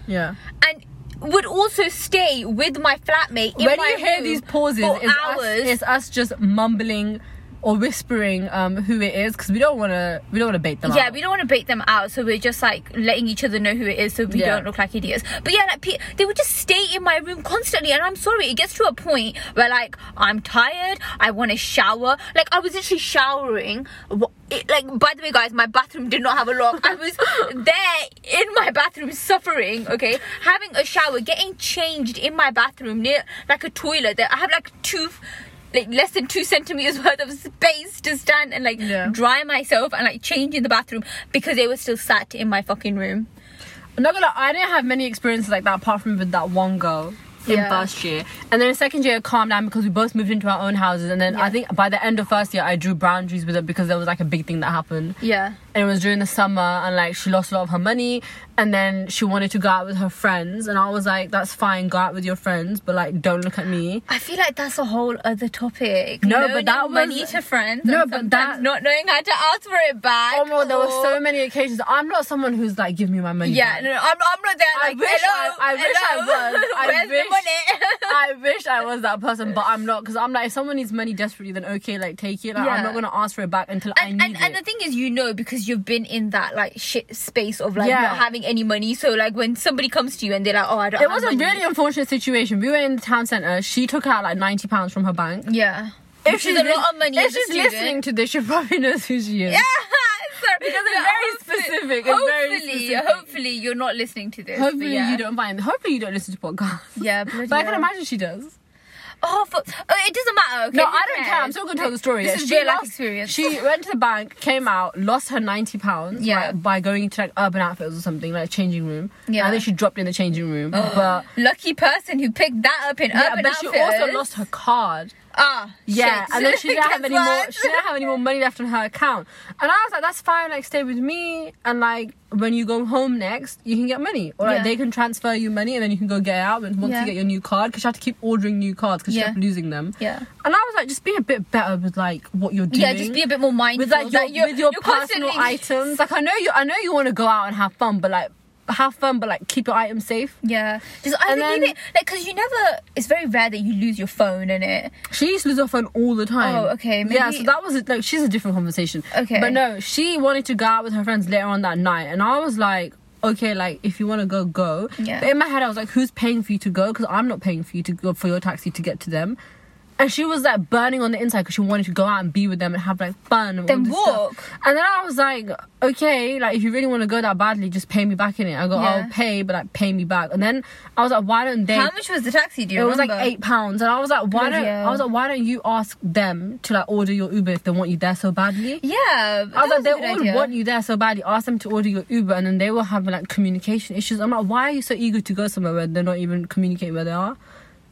Speaker 2: Yeah.
Speaker 1: and would also stay with my flatmate. In
Speaker 2: when
Speaker 1: my
Speaker 2: you hear
Speaker 1: room
Speaker 2: these pauses,
Speaker 1: for
Speaker 2: it's us,
Speaker 1: hours.
Speaker 2: it's us just mumbling or whispering um, who it is because we don't want to we don't want to bait them.
Speaker 1: Yeah,
Speaker 2: out.
Speaker 1: we don't want to bait them out, so we're just like letting each other know who it is, so we
Speaker 2: Yeah.
Speaker 1: don't look like idiots. But yeah, like pe- they would just stay in my room constantly, and I'm sorry, it gets to a point where like I'm tired, I want to shower. Like I was literally showering. Wha- It, like by the way, guys, my bathroom did not have a lock. I was there in my bathroom suffering. Okay, having a shower, getting changed in my bathroom near like a toilet. That I have like two. Like less than two centimeters worth of space to stand and like
Speaker 2: Yeah.
Speaker 1: dry myself and like change in the bathroom because they were still sat in my fucking room.
Speaker 2: I'm not gonna lie, I didn't have many experiences like that apart from with that one girl in
Speaker 1: Yeah.
Speaker 2: first year. And then in second year it calmed down because we both moved into our own houses and then I
Speaker 1: Yeah.
Speaker 2: think by the end of first year I drew boundaries with her because there was like a big thing that happened.
Speaker 1: Yeah.
Speaker 2: And it was during the summer and like she lost a lot of her money and then she wanted to go out with her friends and I was like, That's fine, go out with your friends, but like don't look at me.
Speaker 1: I feel like that's a whole other topic.
Speaker 2: No, but
Speaker 1: Loaning
Speaker 2: that was-
Speaker 1: money to friends.
Speaker 2: No,
Speaker 1: and
Speaker 2: but
Speaker 1: sometimes
Speaker 2: that-
Speaker 1: not knowing how to ask for it back.
Speaker 2: Oh my god, there were
Speaker 1: or-
Speaker 2: so many occasions. I'm not someone who's like, give me my money.
Speaker 1: Yeah,
Speaker 2: back.
Speaker 1: no, no, I'm, I'm not there.
Speaker 2: I
Speaker 1: Like,
Speaker 2: wish
Speaker 1: hello,
Speaker 2: I- I wish I
Speaker 1: hello,
Speaker 2: was. I
Speaker 1: Where's
Speaker 2: wish-
Speaker 1: the money?
Speaker 2: I wish I was that person, but I'm not. Because I'm like, if someone needs money desperately, then okay, like take it. Like,
Speaker 1: Yeah.
Speaker 2: I'm not gonna ask for it back until I
Speaker 1: and,
Speaker 2: need
Speaker 1: and,
Speaker 2: it.
Speaker 1: and the thing is you know because you've been in that like shit space of like
Speaker 2: Yeah.
Speaker 1: not having any money so like when somebody comes to you and they're like oh i don't
Speaker 2: it
Speaker 1: have
Speaker 2: was a
Speaker 1: money.
Speaker 2: really unfortunate situation. We were in the town centre. She took out like ninety pounds from her bank.
Speaker 1: yeah Which is a
Speaker 2: lis-
Speaker 1: lot of money
Speaker 2: if
Speaker 1: as a
Speaker 2: she's
Speaker 1: student.
Speaker 2: listening to this, she probably knows who she is.
Speaker 1: Sorry, because
Speaker 2: it's very specific, it's very specific.
Speaker 1: Hopefully, you're not listening to this. but
Speaker 2: Hopefully
Speaker 1: yeah.
Speaker 2: you don't mind. Hopefully you don't listen to podcasts.
Speaker 1: Yeah,
Speaker 2: but
Speaker 1: bloody
Speaker 2: I can
Speaker 1: hell.
Speaker 2: imagine she does.
Speaker 1: Oh, for, oh, it doesn't matter. Okay,
Speaker 2: No,
Speaker 1: who
Speaker 2: I don't care. I'm
Speaker 1: cares?
Speaker 2: still gonna tell the story.
Speaker 1: This
Speaker 2: Yeah,
Speaker 1: is
Speaker 2: she
Speaker 1: real life
Speaker 2: lost-
Speaker 1: experience.
Speaker 2: She went to the bank, came out, lost her ninety pounds.
Speaker 1: Yeah.
Speaker 2: By, by going to like Urban Outfitters or something like changing room.
Speaker 1: Yeah.
Speaker 2: And then she dropped in the changing room, but
Speaker 1: Lucky person who picked that up in
Speaker 2: yeah,
Speaker 1: urban
Speaker 2: but she
Speaker 1: outfitters.
Speaker 2: also lost her card.
Speaker 1: Ah,
Speaker 2: Yeah,
Speaker 1: shit.
Speaker 2: and then she didn't have any more.
Speaker 1: Guess
Speaker 2: She didn't have any more money left on her account, and I was like, "That's fine. Like, stay with me, and like when you go home next, you can get money, or like
Speaker 1: Yeah.
Speaker 2: they can transfer you money, and then you can go get out. And once
Speaker 1: Yeah.
Speaker 2: you get your new card, because she had to keep ordering new cards because she
Speaker 1: Yeah.
Speaker 2: kept losing them.
Speaker 1: Yeah.
Speaker 2: And I was like, just be a bit better with like what you're doing.
Speaker 1: Yeah, just be a bit more mindful.
Speaker 2: with like your,
Speaker 1: that you're,
Speaker 2: with your
Speaker 1: you're
Speaker 2: personal
Speaker 1: constantly-
Speaker 2: items. Like I know you, I know you want to go out and have fun, but like have fun, but like keep your items safe.
Speaker 1: Yeah, just I think
Speaker 2: And then-
Speaker 1: even, like because you never. It's very rare that you lose your phone in it.
Speaker 2: She used to lose her phone all the time.
Speaker 1: Oh, okay,
Speaker 2: Yeah,
Speaker 1: maybe-
Speaker 2: so that was a- like she's a different conversation.
Speaker 1: Okay.
Speaker 2: But no, she wanted to go out with her friends later on that night, and I was like, okay, like if you want to go, go.
Speaker 1: Yeah.
Speaker 2: But in my head, I was like, who's paying for you to go? Because I'm not paying for you to go for your taxi to get to them. And she was like burning on the inside because she wanted to go out and be with them and have like fun. And
Speaker 1: Then
Speaker 2: all this stuff.
Speaker 1: walk.
Speaker 2: And then I was like, okay, like if you really want to go that badly, just pay me back in it. I go,
Speaker 1: Yeah.
Speaker 2: I'll pay, but like pay me back. And then I was like, why don't they?
Speaker 1: How much was the taxi? Do you
Speaker 2: it was
Speaker 1: remember?
Speaker 2: like eight pounds, and I was like, why
Speaker 1: Bloody
Speaker 2: don't I
Speaker 1: hell.
Speaker 2: was like, why don't you ask them to like order your Uber if they want you there so badly?
Speaker 1: Yeah,
Speaker 2: I was like, they
Speaker 1: that was a
Speaker 2: all
Speaker 1: good idea.
Speaker 2: want you there so badly. Ask them to order your Uber, and then they were having like communication issues. I'm like, why are you so eager to go somewhere where they're not even communicating where they are?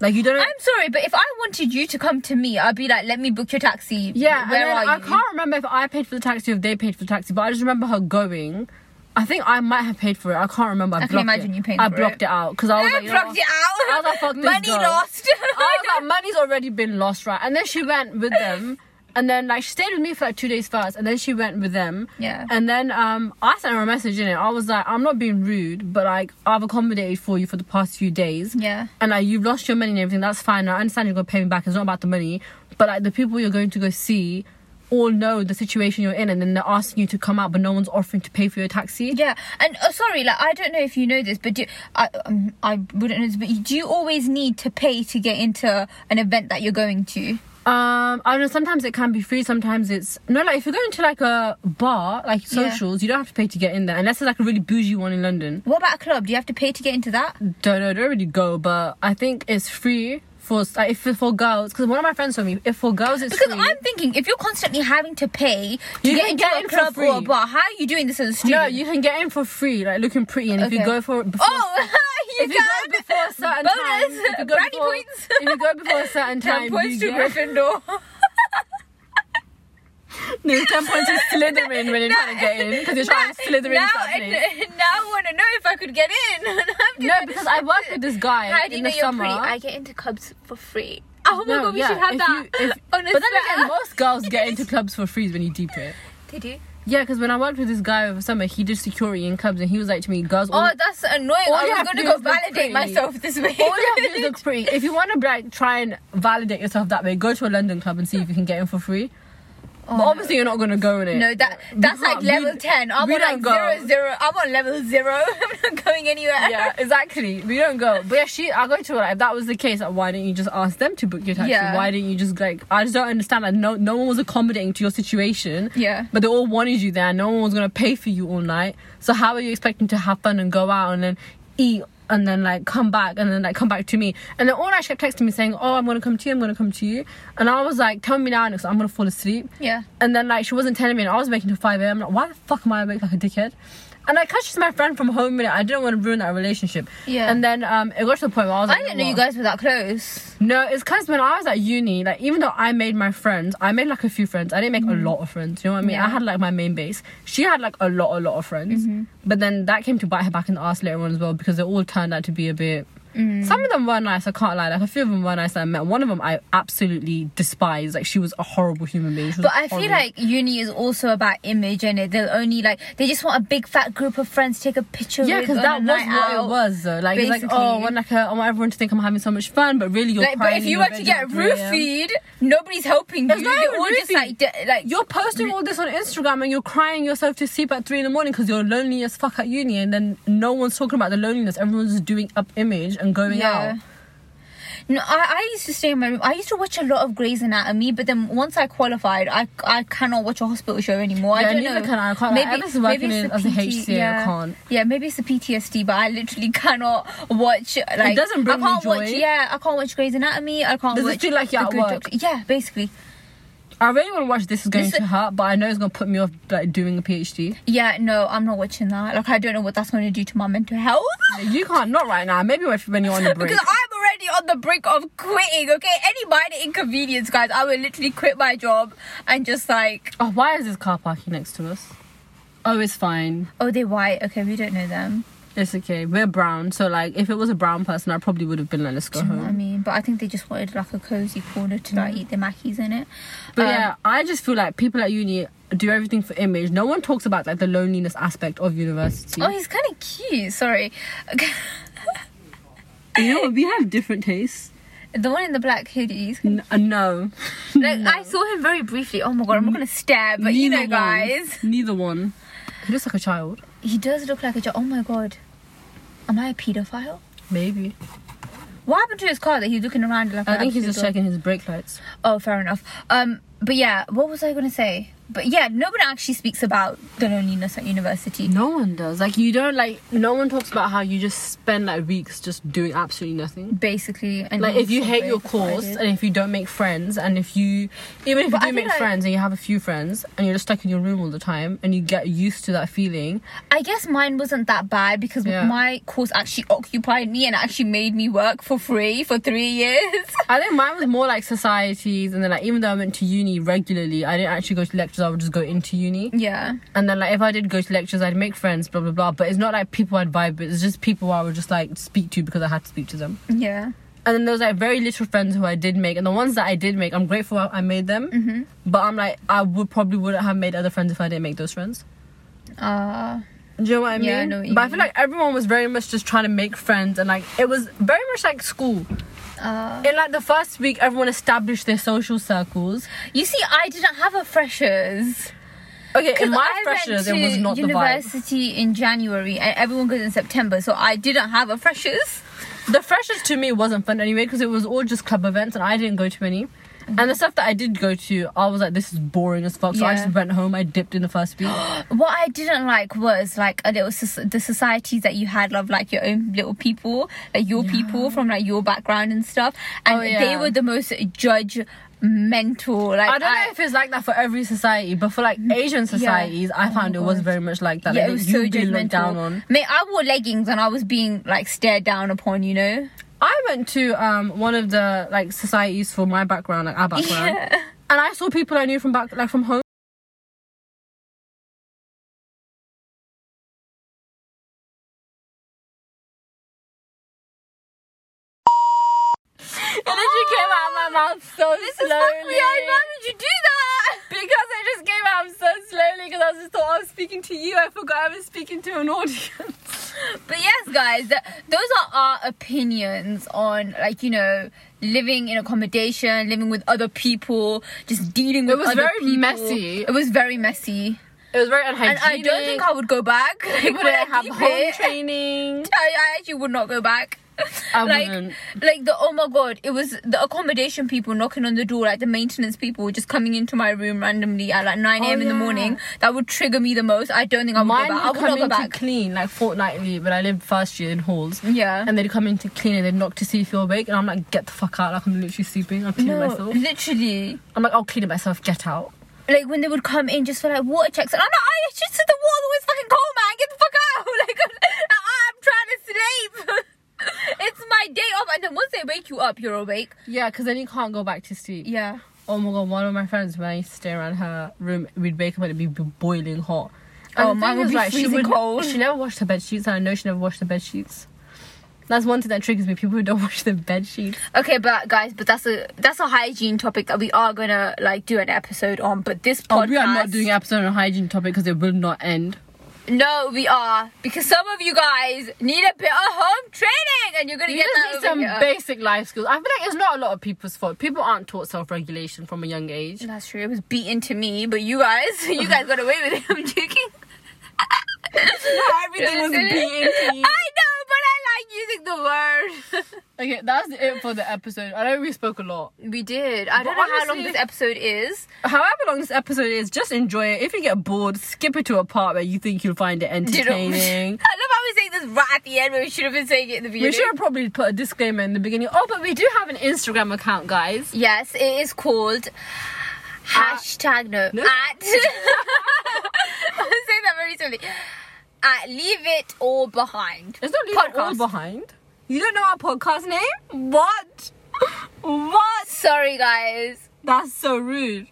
Speaker 2: Like you don't.
Speaker 1: I'm sorry, but if I wanted you to come to me, I'd be like, let me book your taxi.
Speaker 2: yeah,
Speaker 1: where
Speaker 2: and then
Speaker 1: are
Speaker 2: I
Speaker 1: you?
Speaker 2: can't remember if I paid for the taxi or if they paid for the taxi, but I just remember her going. I think I might have paid for it. I can't remember. I,
Speaker 1: can
Speaker 2: blocked
Speaker 1: imagine
Speaker 2: it.
Speaker 1: you paying
Speaker 2: I
Speaker 1: for
Speaker 2: blocked it,
Speaker 1: it.
Speaker 2: out because I was
Speaker 1: I
Speaker 2: like, you know
Speaker 1: blocked
Speaker 2: what?
Speaker 1: it out.
Speaker 2: I was like, fuck this Oh.
Speaker 1: Money
Speaker 2: girl.
Speaker 1: lost.
Speaker 2: I was like, money's already been lost, right? And then she went with them. And then like she stayed with me for like two days first, and then she went with them.
Speaker 1: Yeah.
Speaker 2: And then um, I sent her a message in it. I was like, I'm not being rude, but like I've accommodated for you for the past few days.
Speaker 1: Yeah.
Speaker 2: And like you've lost your money and everything. That's fine. I understand you're gonna pay me back. It's not about the money, but like the people you're going to go see all know the situation you're in, and then they're asking you to come out, but no one's offering to pay for your taxi.
Speaker 1: Yeah, and oh, sorry, like I don't know if you know this, but do I? Um, I wouldn't know this, but do you always need to pay to get into an event that you're going to?
Speaker 2: Um, I don't know. Sometimes it can be free. Sometimes it's no. Like if you're going to like a bar, like
Speaker 1: Yeah.
Speaker 2: socials, you don't have to pay to get in there unless it's like a really bougie one in London.
Speaker 1: What about a club? Do you have to pay to get into that?
Speaker 2: Don't know. Don't really go, but I think it's free for like, if for girls. Because one of my friends told me if for girls it's
Speaker 1: Because
Speaker 2: free.
Speaker 1: I'm thinking, if you're constantly having to pay to
Speaker 2: You
Speaker 1: get
Speaker 2: can
Speaker 1: into
Speaker 2: get
Speaker 1: a
Speaker 2: in for
Speaker 1: club or a
Speaker 2: free.
Speaker 1: bar, how are you doing this as a student?
Speaker 2: no, you can get in for free, like looking pretty, and if you
Speaker 1: Okay.
Speaker 2: go for before,
Speaker 1: Oh, you
Speaker 2: if you
Speaker 1: can.
Speaker 2: go before a certain time,
Speaker 1: Bonus.
Speaker 2: if you go
Speaker 1: Brownie
Speaker 2: before,
Speaker 1: points.
Speaker 2: if you go before a certain
Speaker 1: Ten
Speaker 2: time,
Speaker 1: points to
Speaker 2: you get,
Speaker 1: Gryffindor.
Speaker 2: no, ten points to Slytherin when you're
Speaker 1: No,
Speaker 2: trying to get in because you're trying to Slytherin.
Speaker 1: now,
Speaker 2: something.
Speaker 1: now I want to know if I could get in. And I'm
Speaker 2: No,
Speaker 1: just-
Speaker 2: because I worked with this guy
Speaker 1: How do you
Speaker 2: in
Speaker 1: know
Speaker 2: the
Speaker 1: you're
Speaker 2: summer.
Speaker 1: pretty? I get into clubs for free. Oh my
Speaker 2: No,
Speaker 1: god, we
Speaker 2: yeah,
Speaker 1: should have
Speaker 2: if
Speaker 1: that.
Speaker 2: you-
Speaker 1: on
Speaker 2: if-
Speaker 1: a
Speaker 2: but then
Speaker 1: sweater.
Speaker 2: again, most girls get into clubs for free when you deep it.
Speaker 1: They do.
Speaker 2: Yeah, because when I worked with this guy over summer, he did security in clubs, and he was like to me, "Girls, all,
Speaker 1: Oh, that's annoying.
Speaker 2: all
Speaker 1: I
Speaker 2: you
Speaker 1: was
Speaker 2: have to
Speaker 1: going to
Speaker 2: do
Speaker 1: go
Speaker 2: is look
Speaker 1: validate
Speaker 2: pretty.
Speaker 1: myself this week.
Speaker 2: all you have to do is look pretty. If you want to like try and validate yourself that way, go to a London club and see if you can get in for free. but obviously, you're not gonna go in it.
Speaker 1: No, that
Speaker 2: We
Speaker 1: that's like
Speaker 2: can't- we-
Speaker 1: level ten. I'm
Speaker 2: we
Speaker 1: on
Speaker 2: don't
Speaker 1: like
Speaker 2: go.
Speaker 1: zero zero. I'm on level zero. I'm not going anywhere.
Speaker 2: Yeah, exactly. We don't go. But yeah, she. I go to her. Like, if that was the case, like, why didn't you just ask them to book your taxi?
Speaker 1: Yeah.
Speaker 2: Why didn't you just like? I just don't understand. Like, no, no one was accommodating to your situation.
Speaker 1: Yeah.
Speaker 2: But they all wanted you there. No one was gonna pay for you all night. So how are you expecting to have fun and go out and then eat and then like come back and then like come back to me? And then all night she kept texting me saying, "Oh, I'm gonna come to you. I'm gonna come to you." And I was like, "Tell me now, because I'm gonna fall asleep."
Speaker 1: Yeah.
Speaker 2: And then like she wasn't telling me, and I was making till five a.m. Like, why the fuck am I awake like a dickhead? And like, cause she's my friend from home, and I didn't want to ruin that relationship.
Speaker 1: Yeah.
Speaker 2: And then um, it got to the point where I was like,
Speaker 1: I didn't know you
Speaker 2: what?
Speaker 1: guys were that close.
Speaker 2: No, it's cause when I was at uni, like even though I made my friends, I made like a few friends. I didn't make a lot of friends. You know what I mean?
Speaker 1: Mm-hmm. Yeah. Mm-hmm.
Speaker 2: I had like my main base. She had like a lot, a lot of friends. But then that came to bite her back in the ass later on as well because they all turned out to be a bit.
Speaker 1: Mm-hmm.
Speaker 2: Some of them were nice. I can't lie. Like a few of them were nice. That I met one of them. I absolutely despised. Like she was a horrible human being. She was
Speaker 1: But I feel
Speaker 2: horrible.
Speaker 1: like uni is also about image, and it they'll only like they just want a big fat group of friends to take a picture.
Speaker 2: Yeah,
Speaker 1: with on
Speaker 2: because that
Speaker 1: a
Speaker 2: was
Speaker 1: night
Speaker 2: what
Speaker 1: out.
Speaker 2: it was. Though. Like, it's like, oh, I
Speaker 1: Basically.
Speaker 2: want, like a, I want everyone to think I'm having so much fun, but really you're
Speaker 1: Like, but
Speaker 2: crying
Speaker 1: if
Speaker 2: in
Speaker 1: you
Speaker 2: your
Speaker 1: were to
Speaker 2: bed
Speaker 1: get
Speaker 2: at 3 a.m.
Speaker 1: roofied, nobody's helping
Speaker 2: There's
Speaker 1: you.
Speaker 2: not
Speaker 1: They're
Speaker 2: even
Speaker 1: all just
Speaker 2: roofied.
Speaker 1: like de- like
Speaker 2: You're posting all this on Instagram and you're crying yourself to sleep at three in the morning because you're lonely as fuck at uni, and then no one's talking about the loneliness. Everyone's just doing up image and going
Speaker 1: Yeah.
Speaker 2: out.
Speaker 1: No, I, I used to stay in my room. I used to watch a lot of Grey's Anatomy, but then once I qualified, I I cannot watch a hospital show anymore.
Speaker 2: Yeah,
Speaker 1: I don't
Speaker 2: neither
Speaker 1: know.
Speaker 2: can I. I can't- like, Alice is working
Speaker 1: it's
Speaker 2: in-
Speaker 1: the
Speaker 2: as a
Speaker 1: PT
Speaker 2: HCA, I
Speaker 1: yeah.
Speaker 2: can't.
Speaker 1: Yeah, maybe it's the PTSD, but I literally cannot watch. Like
Speaker 2: doesn't bring
Speaker 1: I
Speaker 2: me
Speaker 1: can't watch.
Speaker 2: joy.
Speaker 1: Yeah, I can't watch Grey's Anatomy. I can't
Speaker 2: Does it
Speaker 1: watch.
Speaker 2: feel like you're
Speaker 1: The
Speaker 2: at
Speaker 1: Good
Speaker 2: work?
Speaker 1: Doctor- Yeah, basically.
Speaker 2: I really want to watch This Is Going
Speaker 1: This-
Speaker 2: to Hurt, but I know it's gonna put me off like doing a PhD.
Speaker 1: Yeah, no, I'm not watching that. Like I don't know what that's going to do to my mental health.
Speaker 2: You can't, not right now. Maybe if- when you're on the break.
Speaker 1: Because I'm already on the brink of quitting, okay? Any minor inconvenience, guys, I will literally quit my job and just like,
Speaker 2: Oh, why is this car parking next to us? Oh, it's fine.
Speaker 1: oh, they're white. Okay, we don't know them.
Speaker 2: It's okay. We're brown, so like if it was a brown person, I probably would have been like, let's go
Speaker 1: Do you know what I
Speaker 2: home.
Speaker 1: mean? But I think they just wanted like a cozy corner to like eat their Mackies in it.
Speaker 2: But
Speaker 1: Um,
Speaker 2: yeah, I just feel like people at uni do everything for image. No one talks about like the loneliness aspect of university.
Speaker 1: Oh, he's kind of cute. Sorry.
Speaker 2: you know, what? we have different tastes.
Speaker 1: the one in the black hoodie. he's-
Speaker 2: N- uh, no,
Speaker 1: Like, I saw him very briefly. Oh my god, I'm not gonna stab, but you know,
Speaker 2: Neither
Speaker 1: guys.
Speaker 2: One. Neither one. He looks like a child.
Speaker 1: He does look like a jo- Oh my god. Am I a pedophile?
Speaker 2: Maybe.
Speaker 1: What happened to his car that he's looking around like
Speaker 2: I
Speaker 1: an
Speaker 2: think he's just
Speaker 1: absolute-
Speaker 2: checking his brake lights.
Speaker 1: Oh, fair enough. Um, but yeah, what was I gonna say? But yeah, no one actually speaks about the loneliness at university.
Speaker 2: No one does. Like you don't like. No one talks about how you just spend like weeks just doing absolutely nothing.
Speaker 1: Basically, and
Speaker 2: Like
Speaker 1: then
Speaker 2: if you
Speaker 1: so
Speaker 2: hate
Speaker 1: brave,
Speaker 2: your
Speaker 1: that's what I
Speaker 2: course
Speaker 1: did.
Speaker 2: and if you don't make friends and if you even if
Speaker 1: But I
Speaker 2: you do
Speaker 1: feel
Speaker 2: make
Speaker 1: like-
Speaker 2: friends and you have a few friends and you're just stuck in your room all the time and you get used to that feeling.
Speaker 1: I guess mine wasn't that bad because
Speaker 2: Yeah.
Speaker 1: my course actually occupied me and actually made me work for free for three years.
Speaker 2: I think mine was more like societies and then like even though I went to uni regularly, I didn't actually go to lectures, I would just go into uni.
Speaker 1: yeah.
Speaker 2: And then like if I did go to lectures I'd make friends, blah blah blah. But it's not like people I'd vibe with, it's just people I would just like speak to because I had to speak to them.
Speaker 1: Yeah.
Speaker 2: And then there was like very little friends who I did make, and the ones that I did make, I'm grateful I I made them.
Speaker 1: Mm-hmm.
Speaker 2: But I'm like, I would probably wouldn't have made other friends if I didn't make those friends.
Speaker 1: Uh
Speaker 2: Do you know what I mean?
Speaker 1: Yeah, I know what you
Speaker 2: but I feel
Speaker 1: mean.
Speaker 2: like everyone was very much just trying to make friends, and like it was very much like school.
Speaker 1: uh
Speaker 2: In like the first week, everyone established their social circles.
Speaker 1: you see I didn't have a freshers.
Speaker 2: Okay, in
Speaker 1: 'Cause
Speaker 2: my
Speaker 1: I
Speaker 2: freshers, it
Speaker 1: went
Speaker 2: was
Speaker 1: to
Speaker 2: not the
Speaker 1: university in January and everyone goes in September, so I didn't have a freshers.
Speaker 2: vibe. The freshers to me wasn't fun anyway because it was all just club events, and I didn't go to any. And the stuff that I did go to, I was like, this is boring as fuck. So I
Speaker 1: Yeah.
Speaker 2: just went home. I dipped in the first week.
Speaker 1: What I didn't like was like a little soc- the societies that you had of like your own little people, like your people from like your background and stuff, and
Speaker 2: Oh,
Speaker 1: they
Speaker 2: yeah.
Speaker 1: were the most judgmental. Like
Speaker 2: I don't know if it's like that for every society, but for like Asian societies, I found it was very much like that.
Speaker 1: Oh yeah,
Speaker 2: like,
Speaker 1: it was
Speaker 2: you
Speaker 1: so
Speaker 2: being
Speaker 1: judgmental.
Speaker 2: looked down on.
Speaker 1: Mate, I wore leggings and I was being like stared down upon. You know.
Speaker 2: I went to um one of the like societies for my background, like our background,
Speaker 1: Yeah.
Speaker 2: and I saw people I knew from back like from home. It literally came out of my mouth so
Speaker 1: This is
Speaker 2: slowly.
Speaker 1: fucked me up. Why would you do that?
Speaker 2: Because it just came out so slowly because I was just thought I was speaking to you. I forgot I was speaking to an audience.
Speaker 1: But yes, guys, th- those are our opinions on, like, you know, living in accommodation, living with other people, just dealing with
Speaker 2: was
Speaker 1: other
Speaker 2: very
Speaker 1: people.
Speaker 2: messy.
Speaker 1: It was very messy.
Speaker 2: It was very
Speaker 1: And
Speaker 2: unhygienic.
Speaker 1: I don't think I would go back. Like,
Speaker 2: people
Speaker 1: when I
Speaker 2: didn't have
Speaker 1: leave
Speaker 2: home
Speaker 1: it,
Speaker 2: training.
Speaker 1: I, I actually would not go back.
Speaker 2: I
Speaker 1: like,
Speaker 2: wouldn't.
Speaker 1: like the oh my god! It was the accommodation people knocking on the door, like the maintenance people were just coming into my room randomly at like nine a.m. in the
Speaker 2: Oh, yeah.
Speaker 1: morning. That would trigger me the most. I don't think I would
Speaker 2: Mine
Speaker 1: go back. I
Speaker 2: would
Speaker 1: would not
Speaker 2: come
Speaker 1: go
Speaker 2: in to
Speaker 1: back.
Speaker 2: clean like fortnightly, but I lived first year in halls.
Speaker 1: yeah,
Speaker 2: And they'd come in to clean and they'd knock to see if you're awake, and I'm like, get the fuck out! Like I'm literally sleeping. I'm cleaning
Speaker 1: no,
Speaker 2: myself.
Speaker 1: literally.
Speaker 2: I'm like, I'll clean it myself. Get out.
Speaker 1: like when they would come in just for like water checks, and I'm like, I just said the water was fucking cold, man. Get the fuck out! Like I'm, I'm trying to sleep. it's my day off, and then once they wake you up, you're awake.
Speaker 2: Yeah, because then you can't go back to sleep.
Speaker 1: Yeah.
Speaker 2: Oh my god, one of my friends, when I used to stay around her room, we'd wake up and it'd be b- boiling hot. And
Speaker 1: Oh,
Speaker 2: the
Speaker 1: mine
Speaker 2: thing
Speaker 1: would
Speaker 2: is,
Speaker 1: be
Speaker 2: she
Speaker 1: freezing cold.
Speaker 2: She never washed her bed sheets, and I know she never washed her bed sheets. That's one thing that triggers me: people who don't wash their bed sheets.
Speaker 1: Okay, but guys, but that's a that's a hygiene topic that we are gonna like do an episode on. But this
Speaker 2: Oh,
Speaker 1: podcast,
Speaker 2: we are not doing an episode on hygiene topic because it will not end.
Speaker 1: No, we are because some of you guys need a bit of home training, and you're gonna
Speaker 2: You
Speaker 1: get
Speaker 2: just
Speaker 1: that
Speaker 2: need
Speaker 1: over
Speaker 2: some
Speaker 1: here.
Speaker 2: basic life skills. I feel like it's not a lot of people's fault. People aren't taught self-regulation from a young age.
Speaker 1: That's true. It was beaten to me, but you guys, you guys got away with it. I'm joking.
Speaker 2: everything was
Speaker 1: Listen.
Speaker 2: beaten to you.
Speaker 1: I know, but I like using the word.
Speaker 2: Okay, that's it for the episode. I know we spoke a lot.
Speaker 1: we did. I don't know
Speaker 2: But
Speaker 1: how long
Speaker 2: honestly-
Speaker 1: this episode is.
Speaker 2: However long this episode is, just enjoy it. If you get bored, skip it to a part where you think you'll find it
Speaker 1: You know-
Speaker 2: entertaining.
Speaker 1: I love how we're saying this right at the end, but we should have been saying it in the beginning.
Speaker 2: We should have probably put a disclaimer in the beginning. Oh, but we do have an Instagram account, guys.
Speaker 1: Yes, it is called hashtag no,
Speaker 2: no.
Speaker 1: at. I'll say that very slowly. At leave it all behind.
Speaker 2: It's not leave it all
Speaker 1: Podcast.
Speaker 2: behind. You don't know our podcast name? What? What?
Speaker 1: Sorry, guys.
Speaker 2: That's so rude.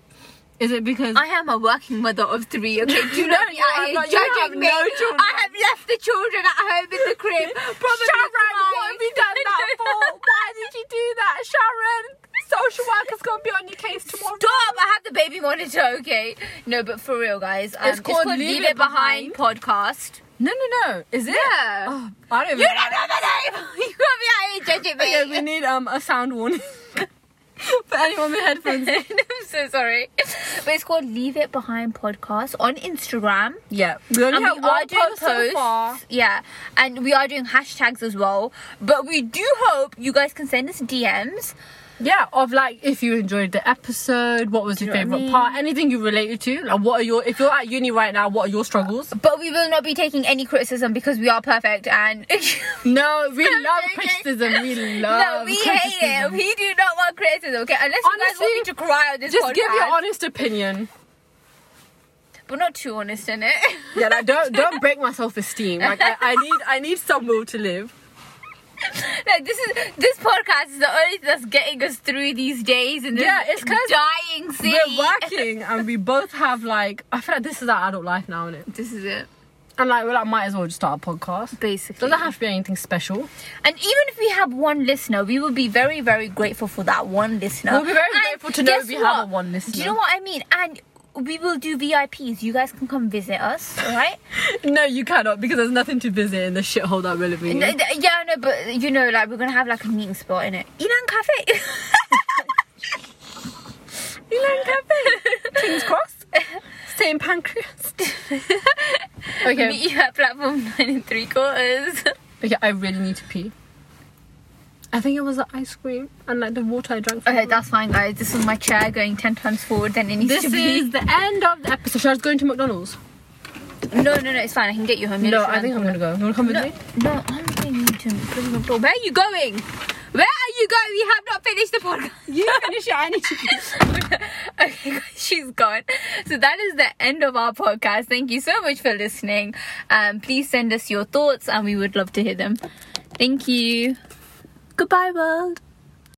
Speaker 2: Is it because
Speaker 1: I am a working mother of three. Okay, do not
Speaker 2: You have
Speaker 1: be
Speaker 2: not- you have
Speaker 1: judging me.
Speaker 2: no children.
Speaker 1: I have left the children at home in the crib.
Speaker 2: Sharon, what have
Speaker 1: Sharon,
Speaker 2: you done that for? Why did you do that, Sharon? Social worker's gonna be on your case tomorrow.
Speaker 1: Stop! I have the baby monitor. Okay, no, but for real, guys, um,
Speaker 2: It's called Leave It
Speaker 1: podcast.
Speaker 2: No, no, no. Is it?
Speaker 1: Yeah.
Speaker 2: Oh, I don't.
Speaker 1: You
Speaker 2: Even
Speaker 1: don't know the name. You can't be out here judging me.
Speaker 2: Okay, we need um a sound warning for anyone with headphones.
Speaker 1: I'm so sorry. But it's called Leave It Behind Podcast on Instagram.
Speaker 2: Yeah, we only
Speaker 1: And
Speaker 2: have
Speaker 1: we are
Speaker 2: one
Speaker 1: doing
Speaker 2: post so far.
Speaker 1: posts. Yeah. And we are doing hashtags as well. But we do hope you guys can send us DMs.
Speaker 2: Yeah, of like if you enjoyed the episode, what was your
Speaker 1: know what I
Speaker 2: favorite
Speaker 1: mean?
Speaker 2: part, anything you related to, like what are your if you're at uni right now, what are your struggles?
Speaker 1: But we will not be taking any criticism because we are perfect and
Speaker 2: No, we
Speaker 1: I'm
Speaker 2: love
Speaker 1: joking.
Speaker 2: criticism. We love.
Speaker 1: No, we
Speaker 2: criticism.
Speaker 1: hate it. We do not want criticism, okay? Unless you guys want me
Speaker 2: Honestly,
Speaker 1: to cry on this
Speaker 2: Just
Speaker 1: podcast.
Speaker 2: give your honest opinion.
Speaker 1: But not too honest in it.
Speaker 2: Yeah, like, don't don't break my self esteem. Like I, I need I need some will to live.
Speaker 1: Like this is this podcast is the only thing that's getting us through these days and this
Speaker 2: Yeah, it's 'cause
Speaker 1: dying city.
Speaker 2: We're working and we both have like I feel like this is our adult life now, is it?
Speaker 1: This is it,
Speaker 2: And like we like might as well just start a podcast.
Speaker 1: basically.
Speaker 2: Doesn't have to be anything special.
Speaker 1: and even if we have one listener, we will be very, very grateful for that one listener.
Speaker 2: We'll be very
Speaker 1: And
Speaker 2: grateful to know
Speaker 1: guess
Speaker 2: we have a
Speaker 1: what?
Speaker 2: one listener.
Speaker 1: Do you know what I mean? And we will do VIPs. You guys can come visit us, alright?
Speaker 2: No, you cannot because there's nothing to visit in the shithole that we're living in.
Speaker 1: No, th- yeah, no, but you know, like we're gonna have like a meeting spot in it. Elan Cafe. Elan Cafe. King's Cross.
Speaker 2: St. Pancras. okay.
Speaker 1: Meet you at platform nine and three quarters.
Speaker 2: Okay, I really need to pee. I think it was the ice cream and like the water I drank. from
Speaker 1: Okay,
Speaker 2: it.
Speaker 1: that's fine, guys. This is my chair going ten times forward than it needs
Speaker 2: this
Speaker 1: to be.
Speaker 2: is the end of the episode. Should I just go into McDonald's?
Speaker 1: No, no, no. It's fine. I can get you home. You're
Speaker 2: No,
Speaker 1: just
Speaker 2: I think
Speaker 1: around
Speaker 2: I'm gonna go. You wanna come with me?
Speaker 1: the- No, I'm going to bring the door. Where are you going? Where are you going? We have not finished the podcast.
Speaker 2: You finish it. I need to.
Speaker 1: okay, guys, she's gone. So that is the end of our podcast. Thank you so much for listening. Um, please send us your thoughts, and we would love to hear them. Thank you. Goodbye, world.